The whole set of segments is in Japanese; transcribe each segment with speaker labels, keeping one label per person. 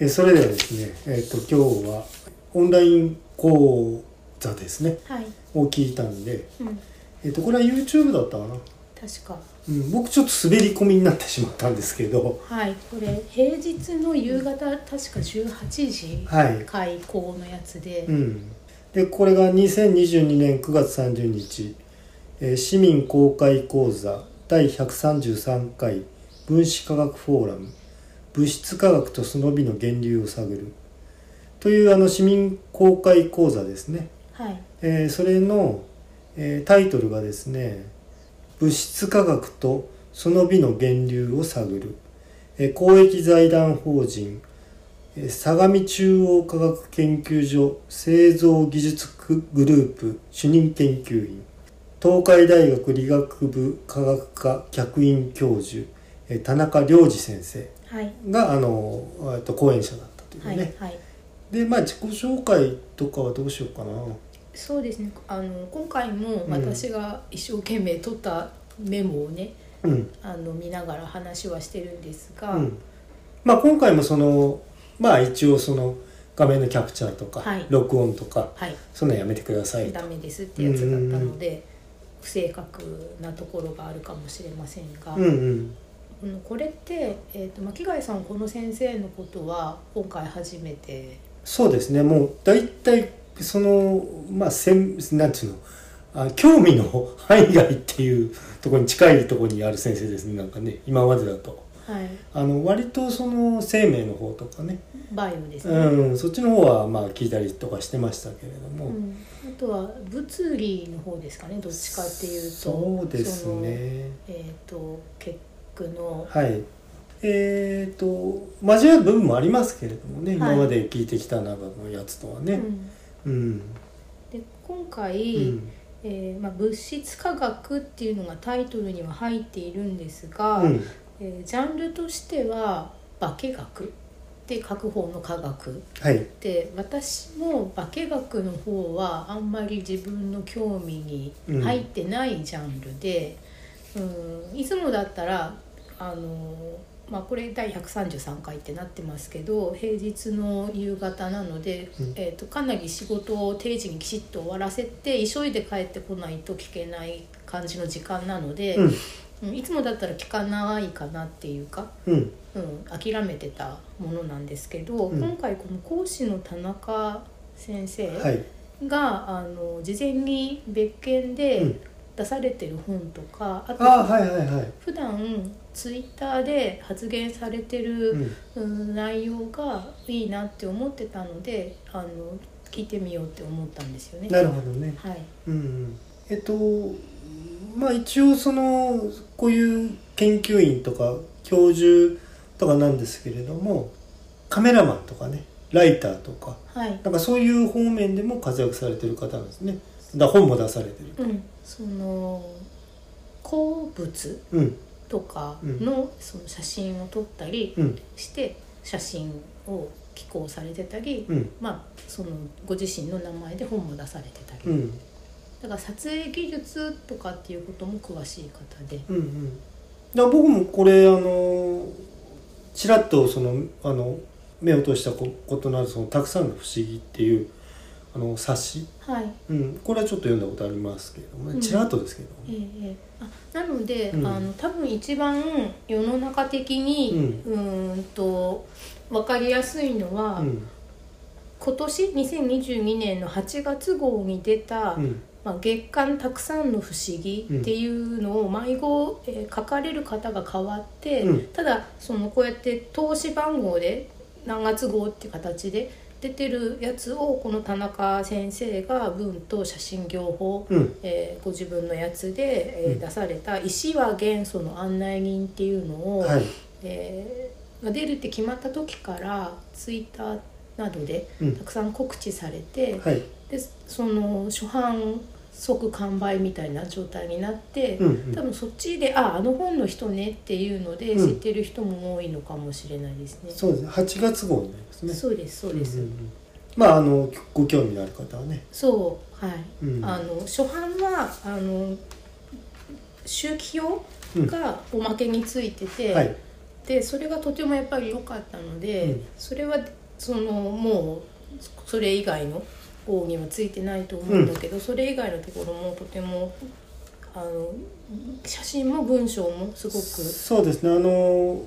Speaker 1: えそれではですね、えっと今日はオンライン講座ですね
Speaker 2: はい、
Speaker 1: を聞いたんで、
Speaker 2: うん、
Speaker 1: えっとこれは YouTube だったかな、
Speaker 2: 確か
Speaker 1: うん、僕ちょっと滑り込みになってしまったんですけど
Speaker 2: はいこれ平日の夕方確か18時
Speaker 1: はい、
Speaker 2: 開講のやつで、
Speaker 1: うん、でこれが2022年9月30日、えー市民公開講座第133回分子科学フォーラム物質科学とその美の源流を探るというあの市民公開講座ですね
Speaker 2: はい
Speaker 1: えーそれの、えータイトルがですね「物質科学とその美の源流を探る」えー公益財団法人、えー相模中央科学研究所製造技術グループ主任研究員東海大学理学部科学科客員教授、えー田中良二先生
Speaker 2: はい
Speaker 1: があの、えっと講演者だったという
Speaker 2: は
Speaker 1: ね、
Speaker 2: い、はい
Speaker 1: でまあ自己紹介とかはどうしようかな
Speaker 2: そうですねあの今回も
Speaker 1: うん
Speaker 2: 私が一生懸命取ったメモをね、
Speaker 1: うん
Speaker 2: あの見ながら話はしてるんですが、
Speaker 1: うんまあ、今回もそのまあ一応その画面のキャプチャーとか、
Speaker 2: はい
Speaker 1: 録音とか
Speaker 2: はい
Speaker 1: そんなんやめてくださいと
Speaker 2: ダメですってやつだったので不正確なところがあるかもしれませんが、
Speaker 1: うんうん
Speaker 2: うんこれって、えー、と巻貝さんこの先生のことは今回初めて
Speaker 1: そうですねもう大体そのまあせんなんていうのあ興味の 範囲外っていうところに近いところにある先生ですねなんかね今までだと
Speaker 2: はい、
Speaker 1: あの割とその生命の方とかね、
Speaker 2: バイオですね、
Speaker 1: うん、そっちの方はまあ聞いたりとかしてましたけれども、
Speaker 2: うんあとは物理の方ですかねどっちかっていうと
Speaker 1: そうですね
Speaker 2: そのえっ、と結句の
Speaker 1: はい。えー、と交わる部分もありますけれどもね、
Speaker 2: はい
Speaker 1: 今まで聞いてきた中のやつとは
Speaker 2: う
Speaker 1: ね。
Speaker 2: ん
Speaker 1: うん。
Speaker 2: で今
Speaker 1: う
Speaker 2: 回、
Speaker 1: ん。
Speaker 2: えーまあ、物質科学っていうのがタイトルには入っているんですが、
Speaker 1: うん
Speaker 2: えージャンルとしては化学って書く方の科学
Speaker 1: はい。
Speaker 2: で私も化学の方はあんまり自分の興味に入ってないジャンルで、うん、いつもだったらあの、まあ、これ第133回ってなってますけど平日の夕方なので、
Speaker 1: うん
Speaker 2: えー、とかなり仕事を定時にきちっと終わらせて急いで帰ってこないと聞けない感じの時間なので、
Speaker 1: うん。
Speaker 2: うんいつもだったら聞かないかなっていうか。
Speaker 1: うん。
Speaker 2: うん、諦めてたものなんですけど、
Speaker 1: うん
Speaker 2: 今回この講師の田中先生が、
Speaker 1: はい。
Speaker 2: あの事前に別件
Speaker 1: う
Speaker 2: で
Speaker 1: ん
Speaker 2: 出されてる本とか、
Speaker 1: あ
Speaker 2: あと
Speaker 1: はいはいはい。
Speaker 2: 普段ツイッターで発言されて
Speaker 1: う
Speaker 2: る、
Speaker 1: ん。
Speaker 2: うん、内容がいいなって思ってたのであの聞いてみようって思ったんですよね。
Speaker 1: なるほどね。
Speaker 2: はい、
Speaker 1: うんうん。えっとまあ一応そのこういう研究員とか教授とかなんですけれども、カメラマンとかね、ライターとか
Speaker 2: はい
Speaker 1: なんかそういう方面でも活躍されてる方なんですね。だから本も出されてる。
Speaker 2: うん、その鉱物
Speaker 1: うん。
Speaker 2: とかのその写真を撮ったり、
Speaker 1: うん。
Speaker 2: して写真を寄稿されてたり、
Speaker 1: うん。
Speaker 2: まあ、そのご自身の名前で本も出されてたり、
Speaker 1: うん
Speaker 2: だから撮影技術とかっていうことも詳しい方で、
Speaker 1: うんうん、だから僕もこれあのちらっとそのあの目を通したこことのあるその「たくさんの不思議」っていうあの冊子、
Speaker 2: はい
Speaker 1: うん、これはちょっと読んだことありますけれども
Speaker 2: う
Speaker 1: ね
Speaker 2: ん
Speaker 1: ちらっとですけど、
Speaker 2: ええええあなので、
Speaker 1: うん
Speaker 2: あの多分一番世の中的
Speaker 1: う
Speaker 2: に
Speaker 1: ん
Speaker 2: うーんと分かりやすいのは、
Speaker 1: うん
Speaker 2: 今年2022年の8月号に出た
Speaker 1: う
Speaker 2: 「
Speaker 1: ん
Speaker 2: まあ、月刊たくさんの不思議っていうのを毎号、えー書かれる方が変わって、
Speaker 1: うん
Speaker 2: ただそのこうやって投資番号で何月号って形で出てるやつをこの田中先生が文と写真業法、
Speaker 1: うん
Speaker 2: えーご自分のやつで、えー
Speaker 1: うん
Speaker 2: 出された「石は元素の案内人」っていうのを、
Speaker 1: はい、
Speaker 2: えーまあ出るって決まった時からツイッターなどで
Speaker 1: うん
Speaker 2: たくさん告知されて。
Speaker 1: はい
Speaker 2: でその初版即完売みたいな状態になって、
Speaker 1: うん
Speaker 2: 多分そっちで「ああの本の人ね」っていうので
Speaker 1: う
Speaker 2: 知
Speaker 1: ん
Speaker 2: ってる人も多いのかもしれないですね。
Speaker 1: そうですね8月号になりますね
Speaker 2: そうですそうです、
Speaker 1: んんんまああのご興味のある方はね、
Speaker 2: そうはい、
Speaker 1: うん、
Speaker 2: あの初版はあの周期表がおまけについてて、
Speaker 1: はい
Speaker 2: ってそれがとてもやっぱり良かったので、
Speaker 1: うん
Speaker 2: それはそのもうそれ以外の講義はついてないと思うんだけど、それ以外のところもとてもあの写真も文章もすごく
Speaker 1: そうですねあの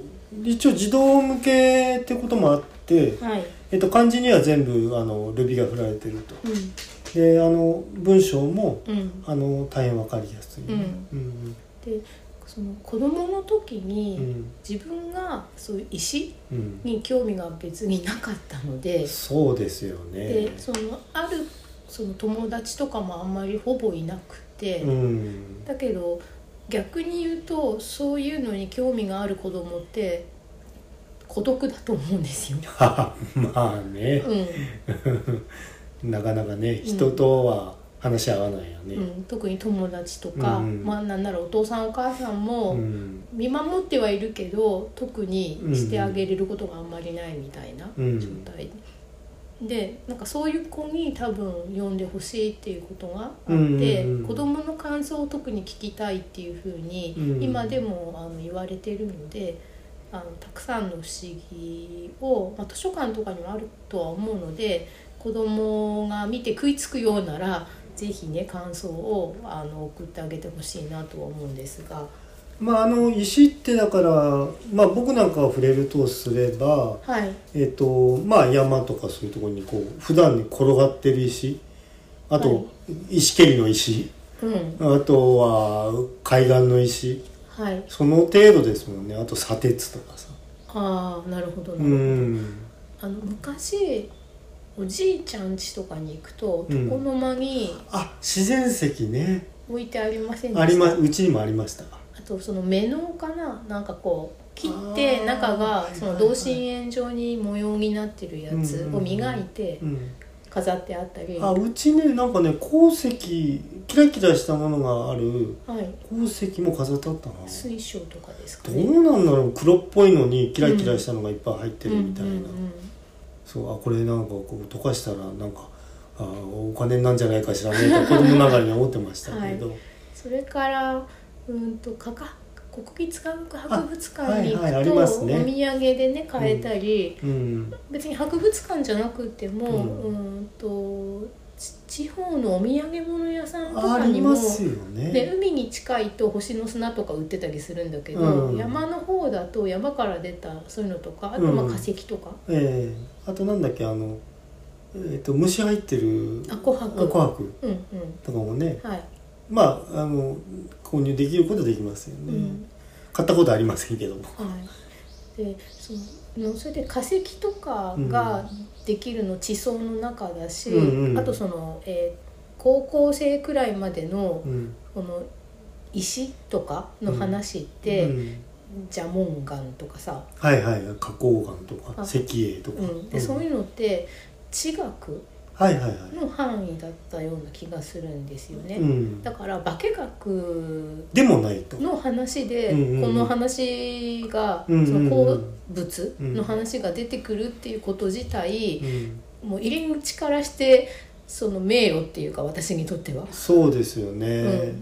Speaker 1: 一応児童向けってこともあって、
Speaker 2: はい、
Speaker 1: えっと、漢字には全部あのルビが振られてると
Speaker 2: う
Speaker 1: であの文章も
Speaker 2: んうん、
Speaker 1: あの大変わかりやすい、
Speaker 2: うん
Speaker 1: うん
Speaker 2: でその子供の時
Speaker 1: う
Speaker 2: に
Speaker 1: ん
Speaker 2: 自分がそういう石
Speaker 1: うん
Speaker 2: に興味が別になかったので、
Speaker 1: そうですよね
Speaker 2: でそのあるその友達とかもあんまりほぼいなくて、
Speaker 1: うん
Speaker 2: だけど逆に言うとそういうのに興味がある子供って孤独だと思うんで すよ。
Speaker 1: ははまあね
Speaker 2: う、ん
Speaker 1: なかなかね人とは話し合わないよね、
Speaker 2: うん、特に友達とか、
Speaker 1: うん
Speaker 2: まあなんならお父さんお母さんも、
Speaker 1: うん
Speaker 2: 見守ってはいるけど特にしてあげれることがあんまりないみたいな
Speaker 1: うん
Speaker 2: 状態、でなんかそういう子に多分読んでほしいっていうことがあって、
Speaker 1: うんうんうん
Speaker 2: 子供の感想を特に聞きたいっていうふうに、
Speaker 1: うん
Speaker 2: 今でもあの言われてるのであのたくさんの不思議を、まあ、図書館とかにもあるとは思うので子供が見て食いつくようならぜひね感想をあの送ってあげてほしいなとは思うんですが。
Speaker 1: まああの石ってだから、まあ、僕なんかが触れるとすれば、
Speaker 2: はい、
Speaker 1: えっとまあ、山とかそういうところにこう普段に転がってる石あと、
Speaker 2: は
Speaker 1: 石蹴りの石
Speaker 2: うん、
Speaker 1: あとは海岸の石
Speaker 2: はい、
Speaker 1: その程度ですもんねあと砂鉄とかさ
Speaker 2: ああ、なるほど、
Speaker 1: う
Speaker 2: ね
Speaker 1: ん
Speaker 2: あの昔、おじいちゃん家とかに行くと、
Speaker 1: うん
Speaker 2: 床の間に
Speaker 1: あ自然石ね
Speaker 2: 置いてありませんでした。
Speaker 1: ありまうちにもありました
Speaker 2: あと、その目のかな、なんかこう。切っ
Speaker 1: あー
Speaker 2: て中
Speaker 1: はいはいは
Speaker 2: が
Speaker 1: い
Speaker 2: その同心円状に模様になってるやつを磨いて
Speaker 1: うん
Speaker 2: 飾ってあったり、
Speaker 1: あ
Speaker 2: は
Speaker 1: うちねなんかね鉱石キラキラしたものがある
Speaker 2: い、
Speaker 1: 鉱石も飾ってあったな
Speaker 2: 水晶とかですか
Speaker 1: ど
Speaker 2: ね。
Speaker 1: うなんだろう黒っぽいのにキラキラしたのがいっぱい入ってるみたいな、
Speaker 2: うんうん
Speaker 1: そうあこれなんかこう溶かしたらなんかあお金になんじゃないかしらねと子供ながらに思ってましたけど、
Speaker 2: それからうんとかか国立科学博物
Speaker 1: あは
Speaker 2: 館
Speaker 1: い
Speaker 2: に行
Speaker 1: はい
Speaker 2: くと、
Speaker 1: ありますね
Speaker 2: お土産でね買えたり、
Speaker 1: うん
Speaker 2: 別に博物館じゃなくても、
Speaker 1: う
Speaker 2: うんん、とち地方のお土産物屋さんと
Speaker 1: あ
Speaker 2: か
Speaker 1: り
Speaker 2: にも
Speaker 1: ますよ
Speaker 2: で
Speaker 1: ね
Speaker 2: 海に近いと星の砂とか売ってたりするんだけど、
Speaker 1: うん
Speaker 2: 山の方だと山から出たそういうのとかあとまあ
Speaker 1: うん
Speaker 2: 化石とか、
Speaker 1: ええあとなんだっけあのえっ、と虫入ってる
Speaker 2: あ琥
Speaker 1: あ
Speaker 2: 珀
Speaker 1: 琥珀
Speaker 2: うんうん
Speaker 1: とかもね
Speaker 2: はい、
Speaker 1: まああの購入できることできますよ
Speaker 2: う
Speaker 1: ね、
Speaker 2: ん
Speaker 1: 買ったことありませんけども
Speaker 2: はい、でそのそれで化石とかができるの地層の中だし、
Speaker 1: うんうん
Speaker 2: あとその、えー高校生くらいまでの
Speaker 1: うん
Speaker 2: この石とかの話って、
Speaker 1: うん
Speaker 2: ジャモンガンとかさ、
Speaker 1: はいはい花崗岩とか
Speaker 2: あ
Speaker 1: 石英とか、
Speaker 2: うん、でそういうのって地学
Speaker 1: はいはいはい、
Speaker 2: の範囲だったような気がするんですよね。
Speaker 1: うん、
Speaker 2: だから化学
Speaker 1: でもないと
Speaker 2: の話で、
Speaker 1: うんうんうん
Speaker 2: この話が、
Speaker 1: うんうんうん
Speaker 2: その鉱物の話が出てくるっていうこと自体、
Speaker 1: うん
Speaker 2: もう入り口からしてその名誉っていうか私にとっては。
Speaker 1: そうですよね、
Speaker 2: うん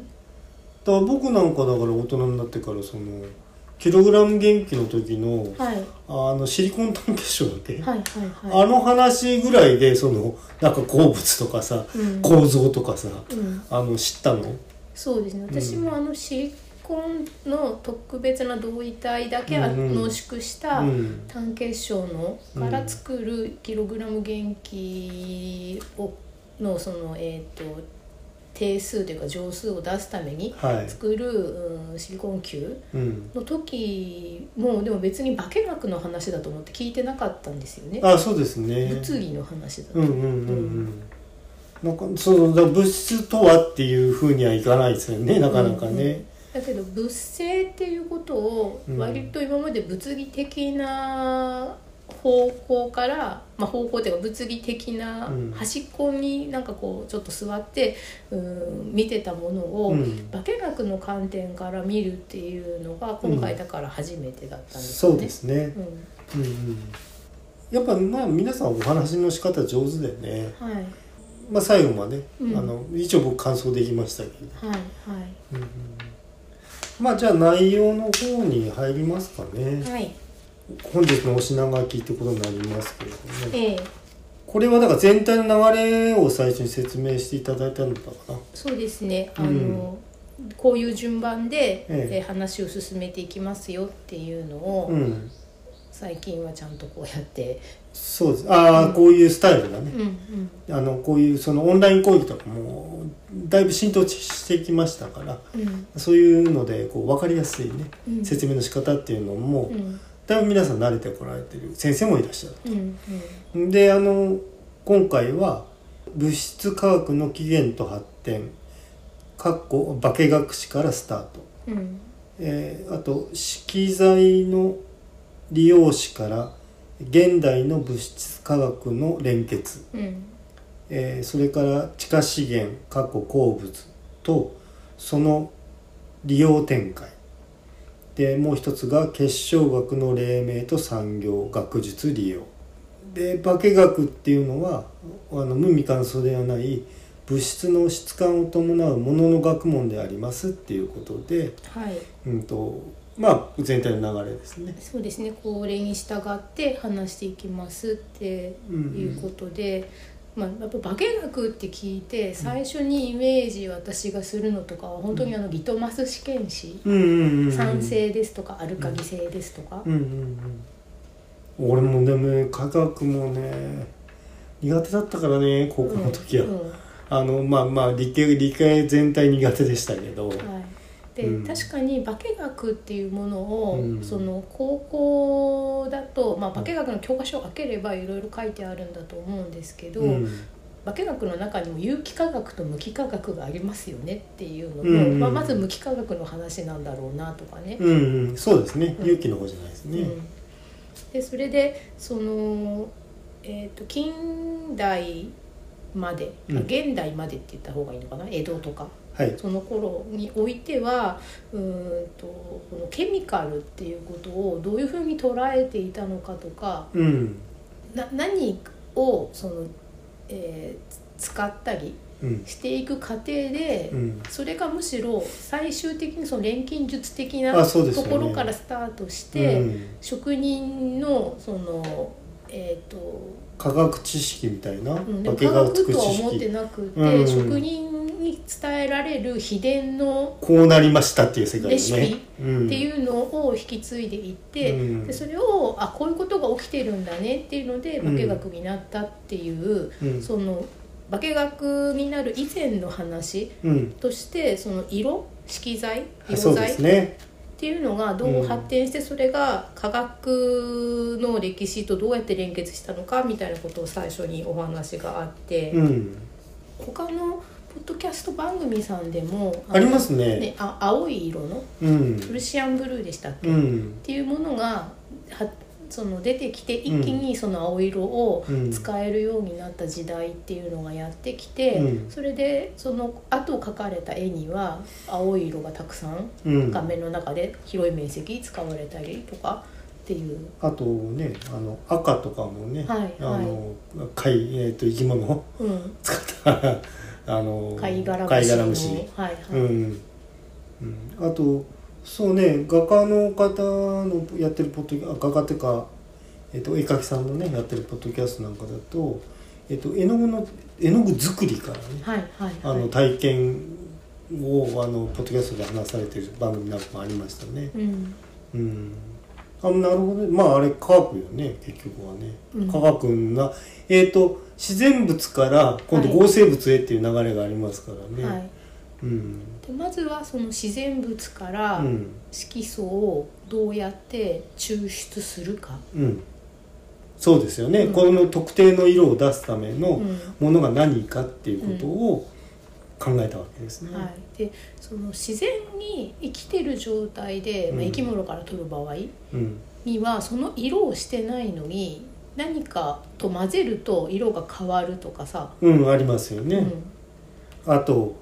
Speaker 1: だから僕なんかだから大人になってからそのキログラム元気の時の
Speaker 2: はいはい
Speaker 1: あのシリコン炭結晶だっけ、
Speaker 2: はいは
Speaker 1: あの話ぐらいでそのなんか鉱物とかさ
Speaker 2: い。うん
Speaker 1: 構造とかさ
Speaker 2: うん
Speaker 1: あの知ったの
Speaker 2: そうですね私もあのシリコンの特別な同位体だけ
Speaker 1: うん
Speaker 2: あ
Speaker 1: うん
Speaker 2: 濃縮した
Speaker 1: うん
Speaker 2: 単結晶のから作るキログラム元気をのそのえっ、と定数というか乗数を出すために
Speaker 1: はい
Speaker 2: 作る、うん、シリコン球
Speaker 1: うん
Speaker 2: の時もでも別に化学の話だと思って聞いてなかったんですよね
Speaker 1: あそうですね
Speaker 2: 物理の話だと、
Speaker 1: うんうんうんうんなんかそのだから物質とはっていうふうにはいかないですよねなかなかね、
Speaker 2: だけど物性っていうことを
Speaker 1: うん
Speaker 2: 割と今まで物理的な方向から、まあ、方向っていうか物理的な
Speaker 1: うん
Speaker 2: 端っこになんかこうちょっと座ってうん見てたものを、
Speaker 1: うん
Speaker 2: 化学の観点から見るっていうのが今回だから初めてだったんですよ
Speaker 1: そう
Speaker 2: ね
Speaker 1: で。すね
Speaker 2: うん
Speaker 1: うんうんやっぱまあ皆さんお話の仕方上手だよね、
Speaker 2: はいはい
Speaker 1: まあ、最後まで、
Speaker 2: うん
Speaker 1: あの一応僕感想できましたけど、
Speaker 2: はい
Speaker 1: うんうんまあじゃあ内容の方に入りますかね
Speaker 2: はい
Speaker 1: 本日のお品書きってことになりますけれども、ね、
Speaker 2: ええ
Speaker 1: これはだから全体の流れを最初に説明していただいたのかな。
Speaker 2: そうですねあ
Speaker 1: うん
Speaker 2: の、こういう順番で、
Speaker 1: ええ
Speaker 2: え話を進めていきますよっていうのを、
Speaker 1: うん、
Speaker 2: 最近はちゃんとこうやって、
Speaker 1: そうです。ああ、こういうスタイルだね
Speaker 2: う。んうん、
Speaker 1: あのこういうそのオンライン講義とかもだいぶ浸透してきましたから
Speaker 2: うん
Speaker 1: そういうのでこう分かりやすいね、
Speaker 2: うん
Speaker 1: 説明の仕方っていうのも
Speaker 2: うん
Speaker 1: だいぶ皆さん慣れてこられてる先生もいらっしゃ
Speaker 2: うんうん
Speaker 1: る。であの今回は物質科学の起源と発展かっこ化学史からスタート、
Speaker 2: うん
Speaker 1: えーあと色彩の利用史から現代の物質科学の連結
Speaker 2: うん
Speaker 1: えーそれから地下資源過去鉱物とその利用展開でもう一つが結晶学の黎明と産業学術利用で化学っていうのはあの無味乾燥ではない物質の質感を伴うものの学問でありますっていうことで、
Speaker 2: はい
Speaker 1: うんとまあ、全体の流れですね。
Speaker 2: そうですねこれに従って話していきますっていうことで、まあ、やっぱ化学って聞いて最初にイメージ私がするのとかは本当にあのリトマス試験紙、
Speaker 1: うんうんうんうん
Speaker 2: 酸性ですとかアルカリ性ですとか
Speaker 1: う、んうんうん、俺もでもね科学もね苦手だったからね高校の時は、
Speaker 2: うんうん
Speaker 1: あのまあまあ理系理系全体苦手でしたけど、
Speaker 2: はいで、
Speaker 1: うん
Speaker 2: 確かに化学っていうものを、
Speaker 1: うん
Speaker 2: その高校だと、まあ、化学の教科書を開ければいろいろ書いてあるんだと思うんですけど、
Speaker 1: うん
Speaker 2: 化学の中にも有機化学と無機化学がありますよねっていうのも、
Speaker 1: うん
Speaker 2: まあ、まず無機化学の話なんだろうなとかね。
Speaker 1: うんうん、そうですね
Speaker 2: うん
Speaker 1: 勇気の方じゃないです
Speaker 2: う
Speaker 1: ね、
Speaker 2: んでそれでその、えー、と近代まで、
Speaker 1: うん
Speaker 2: あ現代までって言った方がいいのかな江戸とか
Speaker 1: はい
Speaker 2: その頃においてはうーんとこのケミカルっていうことをどういうふうに捉えていたのかとか
Speaker 1: うん
Speaker 2: な何をその、えー使ったり
Speaker 1: うん
Speaker 2: していく過程で、
Speaker 1: うん
Speaker 2: それがむしろ最終的にその錬金術的な
Speaker 1: あ
Speaker 2: と
Speaker 1: そうですよね
Speaker 2: ころからスタートし
Speaker 1: う
Speaker 2: て、
Speaker 1: ん、
Speaker 2: 職人のそのえっ、と
Speaker 1: 科学知識みたいな、
Speaker 2: うんで
Speaker 1: 化
Speaker 2: も科
Speaker 1: 学
Speaker 2: 学
Speaker 1: 知
Speaker 2: とは思って
Speaker 1: 識
Speaker 2: なくて、
Speaker 1: うん
Speaker 2: 職人に伝えられる秘伝の
Speaker 1: こうなりましたっていう世界
Speaker 2: レシ
Speaker 1: でね
Speaker 2: ピ
Speaker 1: うん
Speaker 2: っていうのを引き継いでいって、
Speaker 1: うん
Speaker 2: でそれをあこういうことが起きてるんだねっていうので化学になったっていう、
Speaker 1: うん
Speaker 2: その化学になる以前の話
Speaker 1: うん
Speaker 2: としてその色色彩
Speaker 1: あそ
Speaker 2: 色
Speaker 1: うで
Speaker 2: 彩っ
Speaker 1: すね
Speaker 2: ていうのがどう発展してそれが科学の歴史とどうやって連結したのかみたいなことを最初にお話があって、
Speaker 1: うん
Speaker 2: 他のポッドキャスト番組さんでも
Speaker 1: あります
Speaker 2: あの
Speaker 1: ね
Speaker 2: ねあ青い色の
Speaker 1: うん
Speaker 2: プルシアンブルーでしたっけ、
Speaker 1: う
Speaker 2: っ
Speaker 1: ん
Speaker 2: ていうものがはその出てきて一気にその青色を
Speaker 1: うん
Speaker 2: 使えるようになった時代っていうのがやってきて、
Speaker 1: うん
Speaker 2: それでその後描かれた絵には青い色がたくさん
Speaker 1: うん
Speaker 2: 画面の中で広い面積使われたりとかっていう、
Speaker 1: あとねあの赤とかもね、
Speaker 2: はい
Speaker 1: あの貝、えー、と生き物 を
Speaker 2: うん、
Speaker 1: 使ったあの
Speaker 2: 貝殻
Speaker 1: 貝殻
Speaker 2: 虫の
Speaker 1: 虫、
Speaker 2: はいはい
Speaker 1: うんうん、あとそうね画家の方のやってるポッドキャあ画家っていうか、えー、と絵描きさんのねやってるポッドキャストなんかだと,、えー、と絵の具の絵の具作りからね
Speaker 2: はいはい
Speaker 1: あ
Speaker 2: はい
Speaker 1: の体験をあのポッドキャストで話されてる番組なんかもありましたね。
Speaker 2: うん
Speaker 1: うん、あなるほどねまああれ科学よね結局はね、
Speaker 2: うん
Speaker 1: 科学がえっ、と自然物から今度
Speaker 2: はい
Speaker 1: 合成物へっていう流れがありますからね、
Speaker 2: はい
Speaker 1: うん、
Speaker 2: でまずはその自然物か
Speaker 1: う
Speaker 2: ら
Speaker 1: ん
Speaker 2: 色素をどうやって抽出するか、
Speaker 1: うん、そうですよね、
Speaker 2: うん
Speaker 1: この特定の色を出すための
Speaker 2: うん
Speaker 1: ものが何かっていうことを考えたわけですね、
Speaker 2: はい、でその自然に生きてる状態で、まあ
Speaker 1: うん
Speaker 2: 生き物から取る場合
Speaker 1: うん
Speaker 2: にはその色をしてないのに何かと混ぜると色が変わるとかさ、
Speaker 1: うん、ありますよね、あと,、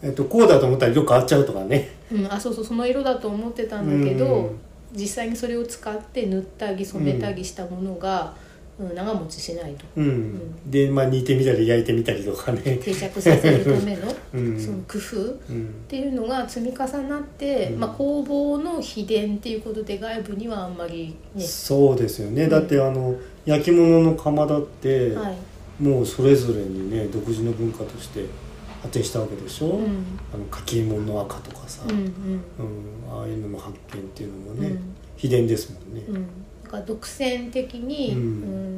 Speaker 1: えっとこうだと思ったら色変わっちゃうとかね
Speaker 2: うんうん、あそうそうその色だと思ってたんだけど、
Speaker 1: うん
Speaker 2: 実際にそれを使って塗ったり染めたりしたものが、うん、長持ちしないと
Speaker 1: うん、でまあ煮てみたり焼いてみたりとかね
Speaker 2: 定着させるための
Speaker 1: うん
Speaker 2: その工夫っ
Speaker 1: うん
Speaker 2: ていうのが積み重なって、
Speaker 1: うん
Speaker 2: まあ、工房の秘伝っていうことで外部にはあんまりね、
Speaker 1: そうですよね、だってあの焼き物の釜だって、
Speaker 2: はい
Speaker 1: もうそれぞれにね独自の文化として発展したわけでしょ、
Speaker 2: うん
Speaker 1: あの柿き芋の赤とかさ、
Speaker 2: うんうん
Speaker 1: うんああいうのの発見っていうのもね、
Speaker 2: うん
Speaker 1: 秘伝ですもんね、
Speaker 2: うん、だから独占的に、
Speaker 1: う
Speaker 2: うんん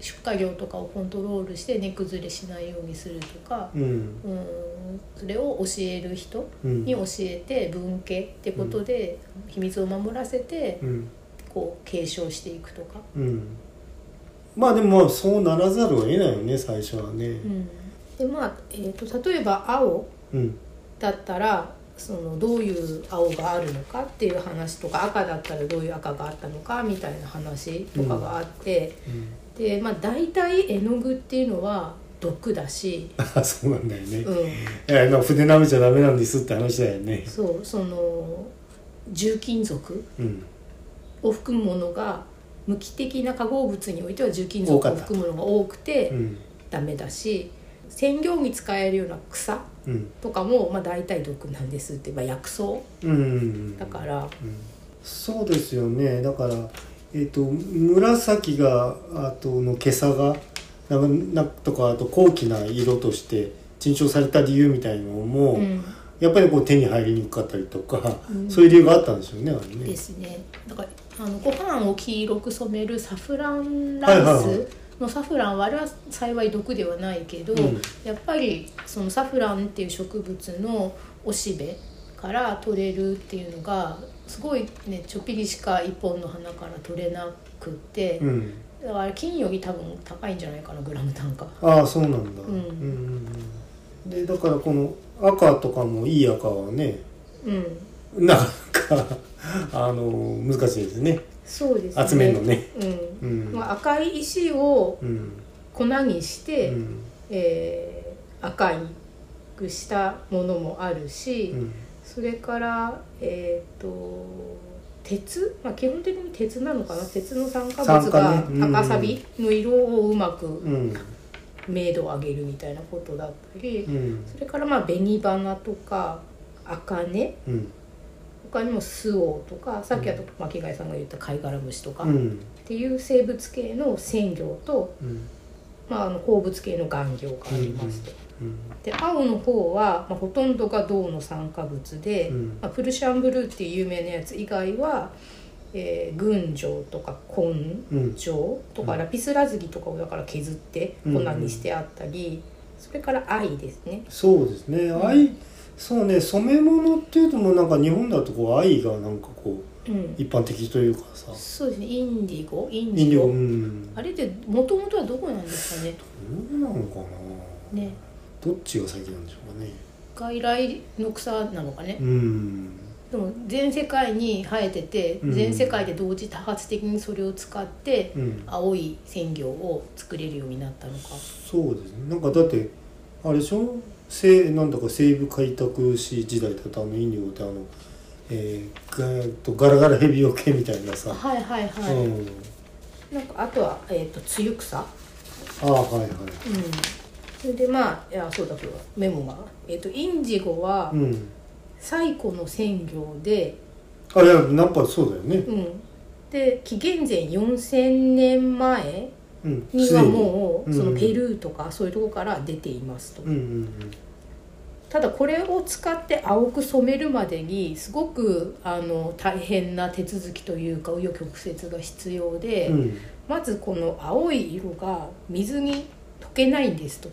Speaker 2: 出荷量とかをコントロールして値崩れしないようにするとか、
Speaker 1: うん
Speaker 2: うん、それを教える人
Speaker 1: うん
Speaker 2: に教えて分家ってことで秘密を守らせて
Speaker 1: うん
Speaker 2: こう継承していくとか、
Speaker 1: うんまあでもそうならざるを得ないよね最初はね
Speaker 2: うん、でまあ、えー、と例えば青
Speaker 1: うん
Speaker 2: だったらそのどういう青があるのかっていう話とか赤だったらどういう赤があったのかみたいな話とかがあって、
Speaker 1: うん
Speaker 2: でまあ大体絵の具っていうのは毒だし、
Speaker 1: あそうなんだよね、い
Speaker 2: うん、
Speaker 1: やあの筆舐めちゃダメなんですって話だよね
Speaker 2: そうその重金属
Speaker 1: うん
Speaker 2: を含むものが無機的な化合物においては重金属
Speaker 1: 多か
Speaker 2: を
Speaker 1: った
Speaker 2: 含むのが多くて
Speaker 1: うん
Speaker 2: ダメだし染料に使えるような草
Speaker 1: うん
Speaker 2: とかも、まあ、大体毒なんですって、まあ、薬草
Speaker 1: うん
Speaker 2: だから、
Speaker 1: うんそうですよねだから、えっと紫があとの袈裟がなんかなんとかあと高貴な色として珍重された理由みたいのも、
Speaker 2: うん、
Speaker 1: やっぱりこう手に入りにくかったりとか、
Speaker 2: うん
Speaker 1: そういう理由があったんでしょうねあれね
Speaker 2: ですねだからあのご飯を黄色く染めるサフラン
Speaker 1: は
Speaker 2: ラ
Speaker 1: い
Speaker 2: イ
Speaker 1: はいはい
Speaker 2: スのサフランはあれは幸い毒ではないけど、
Speaker 1: うん
Speaker 2: やっぱりそのサフランっていう植物のおしべから取れるっていうのがすごいねちょっぴりしか一本の花から取れなくって、
Speaker 1: うん
Speaker 2: だから金より多分高いんじゃないかなグラム単価。
Speaker 1: ああそうなんだ、
Speaker 2: うん
Speaker 1: んうんでだからこの赤とかもいい赤はね
Speaker 2: うん、
Speaker 1: なかなかあの難しいですね
Speaker 2: そうです
Speaker 1: 集めるのね
Speaker 2: うん
Speaker 1: うん
Speaker 2: まあ、赤い石を
Speaker 1: うん
Speaker 2: 粉にし
Speaker 1: う
Speaker 2: て、
Speaker 1: ん
Speaker 2: えー赤くしたものもあるし、
Speaker 1: うん
Speaker 2: それから、えー、と鉄、まあ、基本的に鉄なのかな鉄の酸化物
Speaker 1: 酸化ねうんう
Speaker 2: が
Speaker 1: ん
Speaker 2: 赤サビの色をうま
Speaker 1: う
Speaker 2: く
Speaker 1: ん
Speaker 2: 明度を上げるみたいなことだったり、
Speaker 1: うん
Speaker 2: それからまあ紅花とか茜
Speaker 1: うん
Speaker 2: 他にもスオウとかさっきだと巻貝さんが言った貝殻虫とか、
Speaker 1: う
Speaker 2: っ
Speaker 1: ん
Speaker 2: ていう生物系の鮮魚と、
Speaker 1: うん
Speaker 2: まあ、あの鉱物系の顔料がありますと。
Speaker 1: うん
Speaker 2: で青の方は、まあ、ほとんどが銅の酸化物で、
Speaker 1: うん
Speaker 2: まあ、プルシャンブルーっていう有名なやつ以外は、えー群青とか根
Speaker 1: うん
Speaker 2: 性とか、
Speaker 1: うん
Speaker 2: ラピスラズギとかをだから削って粉にしてあったり、それから藍ですね。
Speaker 1: そうですね
Speaker 2: ん
Speaker 1: 愛そうね染め物っていうともうなんか日本だとこう愛がなんかこ
Speaker 2: うん
Speaker 1: う一般的というかさ
Speaker 2: そうですねインディゴインデ
Speaker 1: 飲
Speaker 2: ィ
Speaker 1: 料
Speaker 2: ゴ
Speaker 1: うん
Speaker 2: あれってもともとはどこなんですかね
Speaker 1: そうなのかな、
Speaker 2: ね
Speaker 1: どっちが先なんでしょうかね
Speaker 2: 外来の草なのかね
Speaker 1: う、ん
Speaker 2: でも全世界に生えてて
Speaker 1: うん
Speaker 2: 全世界で同時多発的にそれを使って、
Speaker 1: うん
Speaker 2: 青い鮮魚を作れるようになったのか
Speaker 1: そうですねなんかだってあれでしょ西なんだか西部開拓史時代だとあの飲料ってあの、えー、ガーッとガラガラヘビよけみたいなさ、
Speaker 2: はいはいはい、
Speaker 1: うん
Speaker 2: なんかあとは、えー、と梅雨草
Speaker 1: ああはいはい
Speaker 2: うんそれでまあいやそうだそうだメモが、えー、とインジゴは
Speaker 1: うん
Speaker 2: 最古の鮮魚で、
Speaker 1: あいやナンパそうだよね
Speaker 2: うん、で紀元前4000年前
Speaker 1: うん
Speaker 2: にはもう
Speaker 1: すで
Speaker 2: そ
Speaker 1: に
Speaker 2: のペルーとかそういうところから出ていますと、
Speaker 1: うんうん
Speaker 2: ただこれを使って青く染めるまでにすごくあの大変な手続きというか紆余曲折が必要で、
Speaker 1: うんうん
Speaker 2: まずこの青い色が水に溶けないんですと、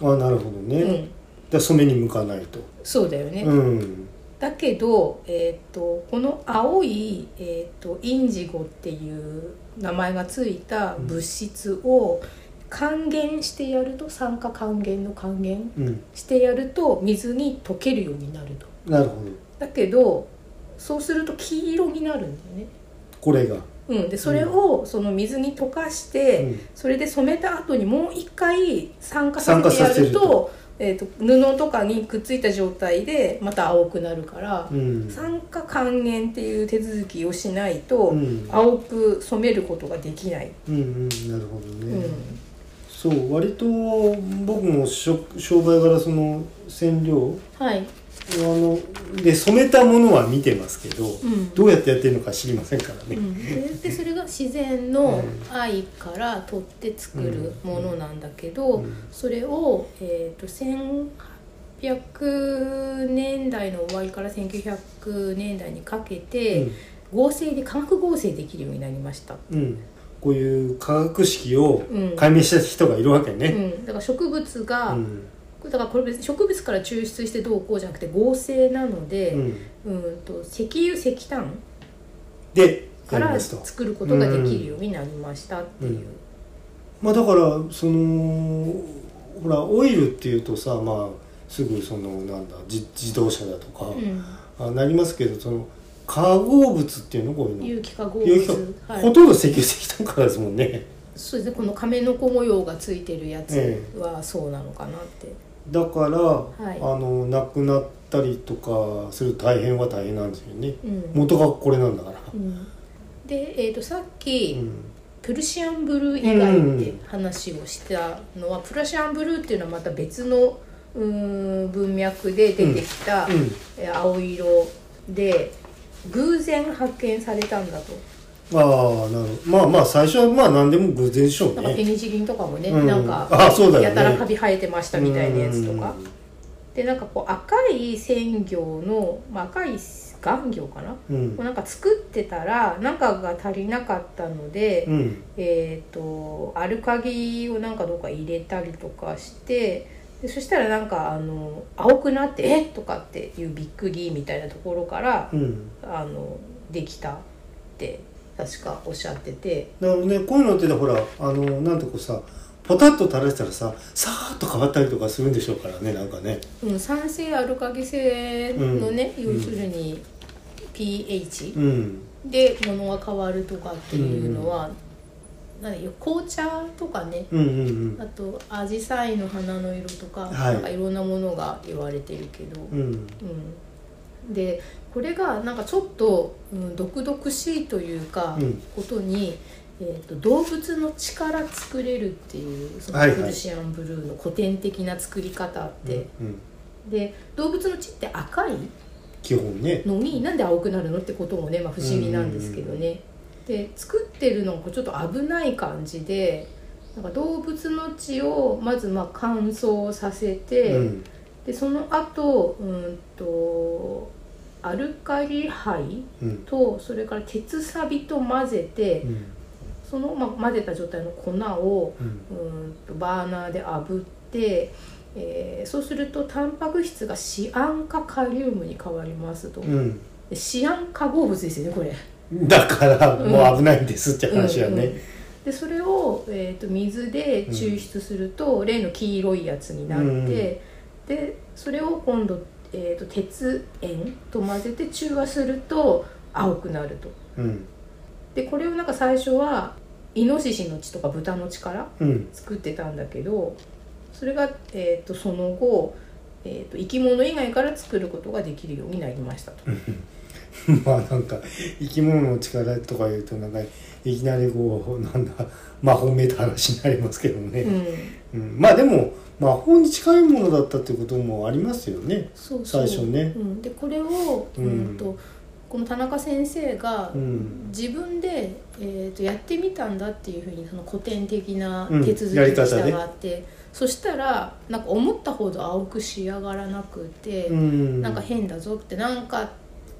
Speaker 1: あなるほど
Speaker 2: う
Speaker 1: ね、
Speaker 2: ん、
Speaker 1: で染めに向かないと、
Speaker 2: そうだよね、
Speaker 1: うん
Speaker 2: だけど、えー、とこの青い、えー、とインジゴっていう名前がついた物質を還元してやると酸化還元の還元
Speaker 1: うん
Speaker 2: してやると水に溶けるようになると
Speaker 1: なるほど
Speaker 2: だけどそうすると黄色になるんだよね、
Speaker 1: これが、
Speaker 2: うん、でそれをその水に溶かして、
Speaker 1: うん
Speaker 2: それで染めた後にもう一回酸化させてや
Speaker 1: 酸化させ
Speaker 2: る
Speaker 1: ると
Speaker 2: と
Speaker 3: えー、と布とかにくっついた状態でまた
Speaker 2: 青くなるから
Speaker 1: うん
Speaker 3: 酸化還元っていう手続きをしないと、
Speaker 1: うん
Speaker 3: 青く染めることができない。
Speaker 1: うんうんなるほど
Speaker 3: う
Speaker 1: ね、
Speaker 3: ん
Speaker 1: そう割と僕も商商売柄その染料
Speaker 2: はい
Speaker 1: あので染めたものは見てますけど、
Speaker 2: ん
Speaker 1: どうやってやってるのか知りませんからね、
Speaker 2: うん、でそれが自然の
Speaker 1: う
Speaker 2: 愛から取って作るものなんだけど、
Speaker 1: うん
Speaker 2: それを、えー、と1800年代の終わりから1900年代にかけて、合成で化学合成できるようになりました。
Speaker 1: うんうんこういう化学式を
Speaker 2: うん
Speaker 1: 解明した人がいるわけ
Speaker 2: う
Speaker 1: ね、
Speaker 2: ん、だから植物
Speaker 1: う
Speaker 2: が、
Speaker 1: ん
Speaker 2: だからこれ別に植物から抽出してどうこうじゃなくて合成なの
Speaker 1: う
Speaker 2: で、
Speaker 1: ん、
Speaker 2: うん、と石油石炭
Speaker 1: で
Speaker 2: か
Speaker 1: やりま
Speaker 2: ら
Speaker 1: すと
Speaker 2: 作ることができるようになりましたっていう。
Speaker 1: まあだからそのほらオイルっていうとさまあすぐそのなんだ自自動車だとか、
Speaker 2: うん
Speaker 1: あなりますけどその化合物っていうのこういうの
Speaker 2: 有機化合物
Speaker 1: 有機化
Speaker 2: はい
Speaker 1: ほとんど石油石炭からですもんね
Speaker 2: そうですねこの亀の子模様がついてるやつはそうなのかなって、
Speaker 1: だから、
Speaker 2: い
Speaker 1: あのなくなったりとかすると大変は大変なんですよね
Speaker 2: うん
Speaker 1: 元がこれなんだから
Speaker 2: うんで、えー、とさっき、
Speaker 1: うん
Speaker 2: プルシアンブルー以外って
Speaker 1: うん
Speaker 2: 話をしたのは、プルシアンブルーっていうのはまた別のうーん文脈で出てきた
Speaker 1: うん
Speaker 2: えー青色で偶然発見されたんだと。
Speaker 1: ああなるほどまあまあ最初はまあ何でも偶然でしょう
Speaker 2: なんかペ
Speaker 1: ね
Speaker 2: ニシリンとかもね、
Speaker 1: うん
Speaker 2: なんか
Speaker 1: あそうだよね
Speaker 2: やたらカビ生えてましたみたいなやつとか、でなんかこう赤い鮮魚の、まあ、赤い顔魚かな、こ
Speaker 1: うんうん
Speaker 2: うなんか作ってたらなんかが足りなかったので、
Speaker 1: うん
Speaker 2: えっ、とアルカギをなんかどっか入れたりとかしてでそしたらなんかあの青くなって「えっ!」とかっていうびっくりみたいなところから
Speaker 1: うん
Speaker 2: あのできたって確かおっしゃってて。
Speaker 1: なるほどねこういうのってほらあのなんてこうさポタッと垂らしたらささーっと変わったりとかするんでしょうからねなんかね
Speaker 2: うん、酸性アルカリ性のね、
Speaker 1: うん
Speaker 2: 要するに pH
Speaker 1: うん
Speaker 2: で物が変わるとかっていうのは、何よ紅茶とかね
Speaker 1: うんうんうん
Speaker 2: あとアジサイの花の色とか、
Speaker 1: はい
Speaker 2: い、なんかいろんなものが言われてるけど、
Speaker 1: うん
Speaker 2: うん、でこれがなんかちょっと、うん、毒々しいというか、
Speaker 1: うん
Speaker 2: ことに、えー、と動物の血から作れるっていうその
Speaker 1: はいはい
Speaker 2: プルシアンブルーの古典的な作り方って。
Speaker 1: うん、
Speaker 2: で動物の血って赤い
Speaker 1: 基本ね
Speaker 2: のになんで青くなるのってこともね、まあ、不思議なんですけどね。で作ってるのがちょっと危ない感じでなんか動物の血をまずまあ乾燥させて、
Speaker 1: うん
Speaker 2: でその後うんとアルカリ灰
Speaker 1: うん
Speaker 2: とそれから鉄サビと混ぜて
Speaker 1: うん
Speaker 2: その、まあ、混ぜた状態の粉を
Speaker 1: うん
Speaker 2: うーんとバーナーで炙って、えーそうするとタンパク質がシアン化カリウムに変わりますと、
Speaker 1: うん
Speaker 2: でシアン化合物ですよねこれ。
Speaker 1: だから
Speaker 2: うん
Speaker 1: もう危ないんですって話だ
Speaker 2: うんう
Speaker 1: ね
Speaker 2: んでそれを、えー、と水で抽出すると、例の黄色いやつになって、
Speaker 1: うん
Speaker 2: でそれを今度、えー、と鉄塩と混ぜて中和すると青くなると。
Speaker 1: うん
Speaker 2: でこれをなんか最初はイノシシの血とか豚の血から
Speaker 1: うん
Speaker 2: 作ってたんだけどそれが、えー、とその後、えー、と生き物以外から作ることができるようになりましたと。
Speaker 1: まあなん か生き物の力とか言うとなんかいきなりこうなんだ魔法めいた話になりますけど
Speaker 2: う
Speaker 1: ね、
Speaker 2: ん、
Speaker 1: うんまあでも魔法に近いものだったってこともありますよね
Speaker 2: そうそ
Speaker 1: 最
Speaker 2: う
Speaker 1: 初ね
Speaker 2: うん、でこれを、
Speaker 1: う
Speaker 2: うんん、とこの田中先生が、
Speaker 1: うん
Speaker 2: 自分で、えー、とやってみたんだっていうふうにその古典的な
Speaker 1: うん
Speaker 2: 手続き
Speaker 1: やり
Speaker 2: に
Speaker 1: 方
Speaker 2: 従
Speaker 1: ね
Speaker 2: って、そしたらなんか思ったほど青く仕上がらなくて。
Speaker 1: うん
Speaker 2: なんか変だぞってなんか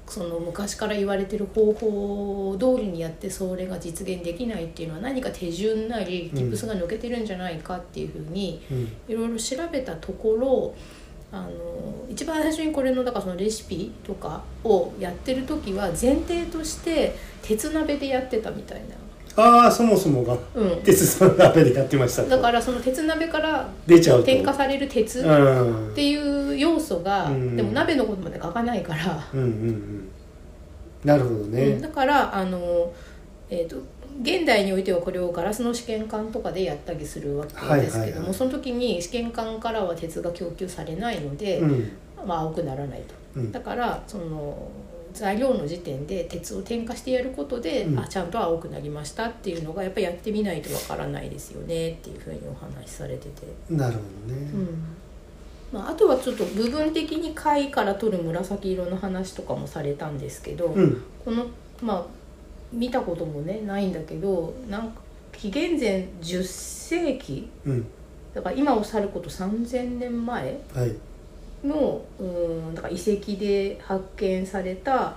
Speaker 2: その昔から言われてる方法通りにやってそれが実現できないっていうのは何か手順なり
Speaker 1: うん
Speaker 2: ギプスが抜けてるんじゃないかっていうふうに
Speaker 1: うん
Speaker 2: いろいろ調べたところあの一番最初にこれのだからそのレシピとかをやってる時は前提として鉄鍋でやってたみたいな。
Speaker 1: ああそもそもが
Speaker 2: うん
Speaker 1: 鉄さん鍋でやってましたと
Speaker 2: だからその鉄鍋から
Speaker 1: 出ちゃうと
Speaker 2: 添加される鉄っ
Speaker 1: うん
Speaker 2: ていう要素が、
Speaker 1: うん
Speaker 2: でも鍋のことまで書かないから、
Speaker 1: うんうんうんなるほどね、
Speaker 2: うんだからあの、えー、と現代においてはこれをガラスの試験管とかでやったりするわけですけ
Speaker 1: はいは
Speaker 2: ども、
Speaker 1: いはい
Speaker 2: その時に試験管からは鉄が供給されないので、
Speaker 1: うん
Speaker 2: まあ、青くならないと。
Speaker 1: うん
Speaker 2: だからその材料の時点で鉄を添加してやることで、
Speaker 1: うん
Speaker 2: あちゃんと青くなりましたっていうのがやっぱりやってみないとわからないですよねっていうふうにお話しされてて、
Speaker 1: なるほど
Speaker 2: う
Speaker 1: ね、
Speaker 2: んまあ、あとはちょっと部分的に貝から取る紫色の話とかもされたんですけど、
Speaker 1: うん
Speaker 2: このまあ見たこともねないんだけどなんか紀元前10世紀
Speaker 1: うん
Speaker 2: だから今を去ること3,000年前
Speaker 1: はい
Speaker 2: のうーんだから遺跡で発見された、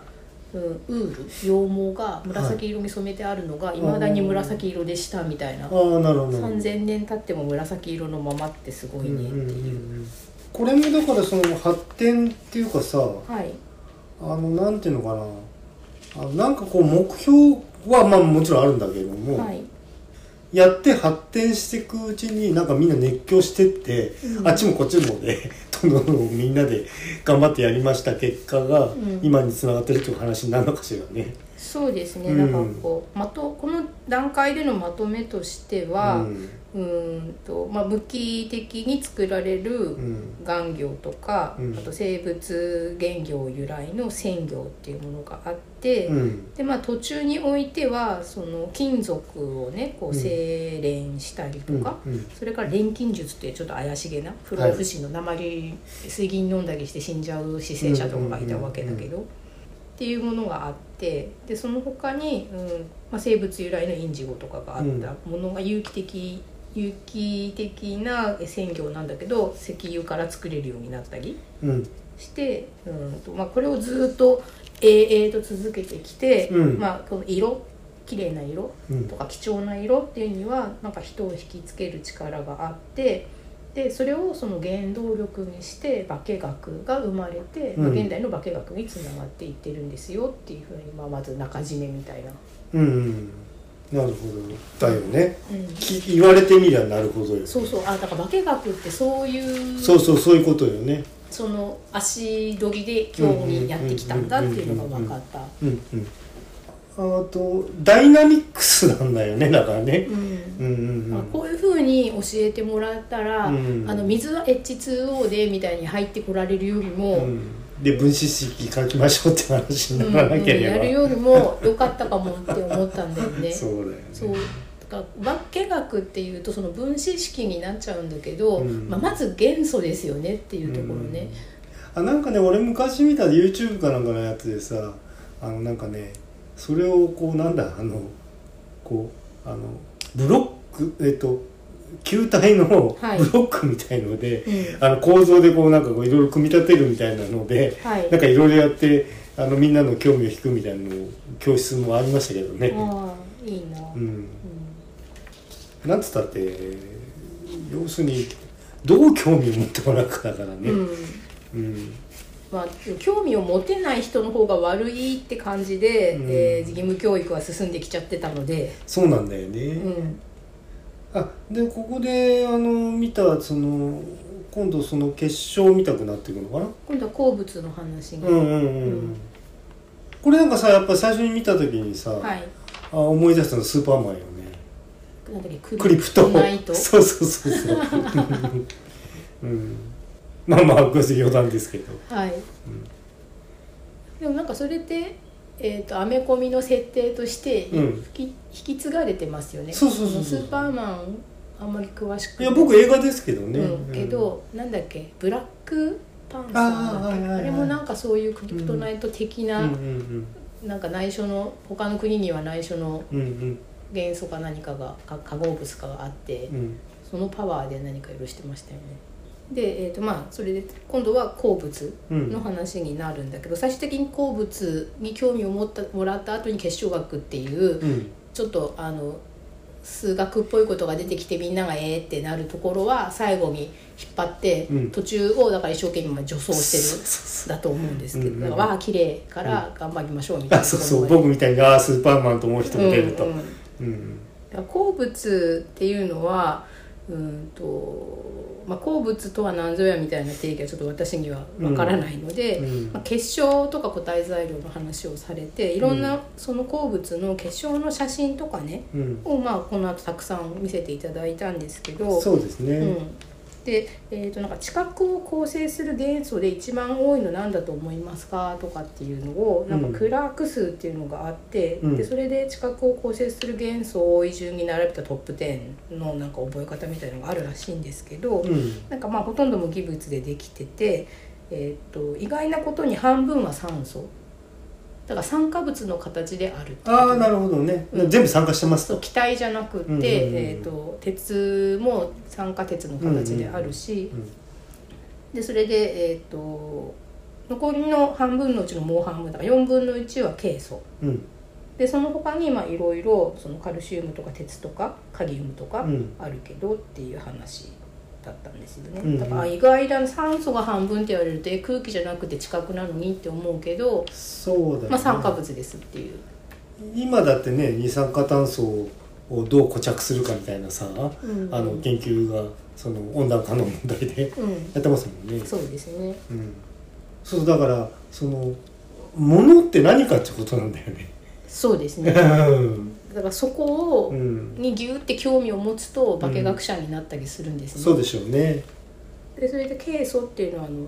Speaker 2: うん、ウール羊毛が紫色に染めてあるのがいまだに紫色でしたみたいな、
Speaker 1: ああなるほどなるほど
Speaker 2: 3,000年経っても紫色のままってすごいねって
Speaker 1: うんうん
Speaker 2: いう。
Speaker 1: うんうんこれもだからその発展っていうかさ
Speaker 2: はい、
Speaker 1: あのなんていうのかなあなんかこう目標はまあもちろんあるんだけども、
Speaker 2: はい
Speaker 1: やって発展していくうちになんかみんな熱狂してって、
Speaker 2: うん
Speaker 1: あっちもこっちもね どんどんどんどんみんなで頑張ってやりました結果が
Speaker 2: ん
Speaker 1: 今につながってるっていう話になるのかしらね。
Speaker 2: そうですね、
Speaker 1: うん
Speaker 2: なんかこうまとこの段階でのまとめとしては、
Speaker 1: うん
Speaker 2: うーんとまあ、無機的に作られ
Speaker 1: う
Speaker 2: る
Speaker 1: ん
Speaker 2: 顔料とか、
Speaker 1: うん
Speaker 2: あと生物原料由来の染料っていうものがあって、
Speaker 1: うん
Speaker 2: でまあ、途中においてはその金属をね
Speaker 1: う
Speaker 2: こ
Speaker 1: ん
Speaker 2: う精錬したりと
Speaker 1: うん
Speaker 2: か、
Speaker 1: うん
Speaker 2: それから錬金術っていうちょっと怪しげな不老不死の鉛水銀飲んだりして死んじゃう死生者とかがいたわけだけど。っていうものがあってでその他に、うんまあ、生物由来のインジゴとかがあったものが有機的、有機的な鮮魚なんだけど石油から作れるようになったり
Speaker 1: うん
Speaker 2: して、うんとまあ、これをずっと永々と続けてきて、
Speaker 1: うん
Speaker 2: まあ、この色綺麗な色
Speaker 1: うん
Speaker 2: とか貴重な色っていうにはなんか人を引きつける力があってでそれをその原動力にして化学が生まれて、まあ
Speaker 1: うん
Speaker 2: 現代の化学につながっていってるんですよっていうふうに、まあ、まず中締めみたいな、
Speaker 1: うんなるほどだよね
Speaker 2: うん、
Speaker 1: き言われてみりゃなるほどよ
Speaker 2: そうそうあだから化学ってそういう
Speaker 1: そうそうそういうことよね
Speaker 2: その足取りで今日にやってきたんだっていうのが分かった。
Speaker 1: うんうんあとダイナミックスなんだよねだからね
Speaker 2: うん
Speaker 1: うんうんう
Speaker 2: まあ
Speaker 1: ん
Speaker 2: こういうふうに教えてもらったら、
Speaker 1: うん
Speaker 2: あの水は H2O でみたいに入ってこられるよりも、
Speaker 1: うんで分子式書きましょうって話に ならなければ、
Speaker 2: うんうん、やるよりも良かったかもって思ったんだよ ね。
Speaker 1: そうだよね
Speaker 2: そうだから化学っていうとその分子式になっちゃうんだけど、
Speaker 1: うん
Speaker 2: まあ、まず元素ですよねっていうところね。
Speaker 1: あなんかね俺昔見た YouTube かなんかのやつでさあのなんかねそれをこうなんだあのこうあのブロックえっと球体のブロ
Speaker 2: はい
Speaker 1: ックみたいので、
Speaker 2: うん
Speaker 1: あの構造でこうなんかこういろいろ組み立てるみたいなので
Speaker 2: はい
Speaker 1: なんかいろいろやってあのみんなの興味を引くみたいなのを教室もありましたけどね。
Speaker 2: ああいいな、
Speaker 1: う
Speaker 2: うん
Speaker 1: んなんつったって要するにどう興味を持ってもらうかだからね、
Speaker 2: うん
Speaker 1: うん
Speaker 2: まあ、興味を持てない人の方が悪いって感じで、
Speaker 1: うん
Speaker 2: えー義務教育は進んできちゃってたので、
Speaker 1: そうなんだよね、
Speaker 2: うん、
Speaker 1: あでここであの見たその今度その結晶見たくなっていくのかな
Speaker 2: 今度は鉱物の話が、
Speaker 1: うんうんうん、う
Speaker 2: うんん、
Speaker 1: これなんかさやっぱ最初に見た時にさ、
Speaker 2: はい
Speaker 1: あ思い出したのスーパーマンよね
Speaker 2: なんだっけク
Speaker 1: クリプト
Speaker 2: ナイ ト
Speaker 1: そうそうそうそう うんまあまあごめんなさい余談ですけど
Speaker 2: はい、
Speaker 1: ん
Speaker 2: でもなんかそれって、えー、とアメコミの設定として
Speaker 1: うん
Speaker 2: 引き,、継がれてますよね
Speaker 1: そうそうそうそう
Speaker 2: スーパーマンあんまり詳しく
Speaker 1: いや僕映画ですけどね、
Speaker 2: うん、けど、なんだっけブラックパンサー
Speaker 1: あーはいはいはい
Speaker 2: あれもなんかそういうクリプトナイト的
Speaker 1: うん
Speaker 2: な、
Speaker 1: うんうん
Speaker 2: なんか内緒の他の国には内緒の
Speaker 1: うんうん
Speaker 2: 元素か何かがか化合物かがあって、
Speaker 1: うん
Speaker 2: そのパワーで何か許してましたよねで、えーとまあ、それで今度は鉱物
Speaker 1: うん
Speaker 2: の話になるんだけど、最終的に鉱物に興味を持ったもらった後に結晶学っていう、
Speaker 1: うん
Speaker 2: ちょっとあの数学っぽいことが出てきてみんながええってなるところは最後に引っ張って、
Speaker 1: うん
Speaker 2: 途中をだから一生懸命今助走
Speaker 1: そう
Speaker 2: して
Speaker 1: そう
Speaker 2: る
Speaker 1: そう
Speaker 2: だと思うんですけど、
Speaker 1: うんうん
Speaker 2: だからわあ綺麗から頑張りましょうみたい
Speaker 1: あ
Speaker 2: な
Speaker 1: そう
Speaker 2: と
Speaker 1: そう
Speaker 2: ころま
Speaker 1: 僕みたいにああスーパーマンと思う人も
Speaker 2: で
Speaker 1: 出ると
Speaker 2: うんうん
Speaker 1: うん
Speaker 2: だから鉱物っていうのはうーんと、まあ、鉱物とは何ぞやみたいな定義はちょっと私にはわからないので、
Speaker 1: うん
Speaker 2: まあ、結晶とか個体材料の話をされていろん
Speaker 1: うん
Speaker 2: なその鉱物の結晶の写真とかね
Speaker 1: うん、
Speaker 2: をまあこの後たくさん見せていただいたんですけど
Speaker 1: そうですね、
Speaker 2: うんで、えー、となんか地殻を構成する元素で一番多いのなんだと思いますかとかっていうのをなん
Speaker 1: うん
Speaker 2: かクラーク数っていうのがあって、
Speaker 1: うん
Speaker 2: でそれで地殻を構成する元素を依順に並べたトップ10のなんか覚え方みたいのがあるらしいんですけど、
Speaker 1: うん
Speaker 2: なんかまあほとんど無機物でできてて、えー、と意外なことに半分は酸素だから酸化物の形であるってこと
Speaker 1: ああなるほどね、
Speaker 2: うん
Speaker 1: 全部参加してます
Speaker 2: そう
Speaker 1: と
Speaker 2: 気体じゃなくて、
Speaker 1: うんうんうん
Speaker 2: えー、と鉄も酸化鉄の形であるし、
Speaker 1: うん
Speaker 2: でそれで、えー、と残りの半分のうちのもう半分だから4分の1はケイ素
Speaker 1: うん
Speaker 2: でその他にまあいろいろそのカルシウムとか鉄とかカリウムとか
Speaker 1: うん
Speaker 2: あるけどっていう話だったんですよね、
Speaker 1: うんうん
Speaker 2: だから意外だな酸素が半分って言われるとえ空気じゃなくて近くなのにって思うけど、
Speaker 1: そうだ、ね
Speaker 2: まあ、酸化物ですっていう、
Speaker 1: 今だってね二酸化炭素をどう固着するかみたいなさ、
Speaker 2: うん
Speaker 1: あの研究がその温暖化の問題で
Speaker 2: うん、
Speaker 1: やってますもんね
Speaker 2: そうですね
Speaker 1: うん、そうだからその物って何かってことなんだよね。
Speaker 2: そうですねだ
Speaker 1: うん
Speaker 2: からそこを、
Speaker 1: うん、
Speaker 2: にギュって興味を持つと化学者になったりするんですね、
Speaker 1: そうでしょうね。
Speaker 2: でそれでケイ素っていうのはあの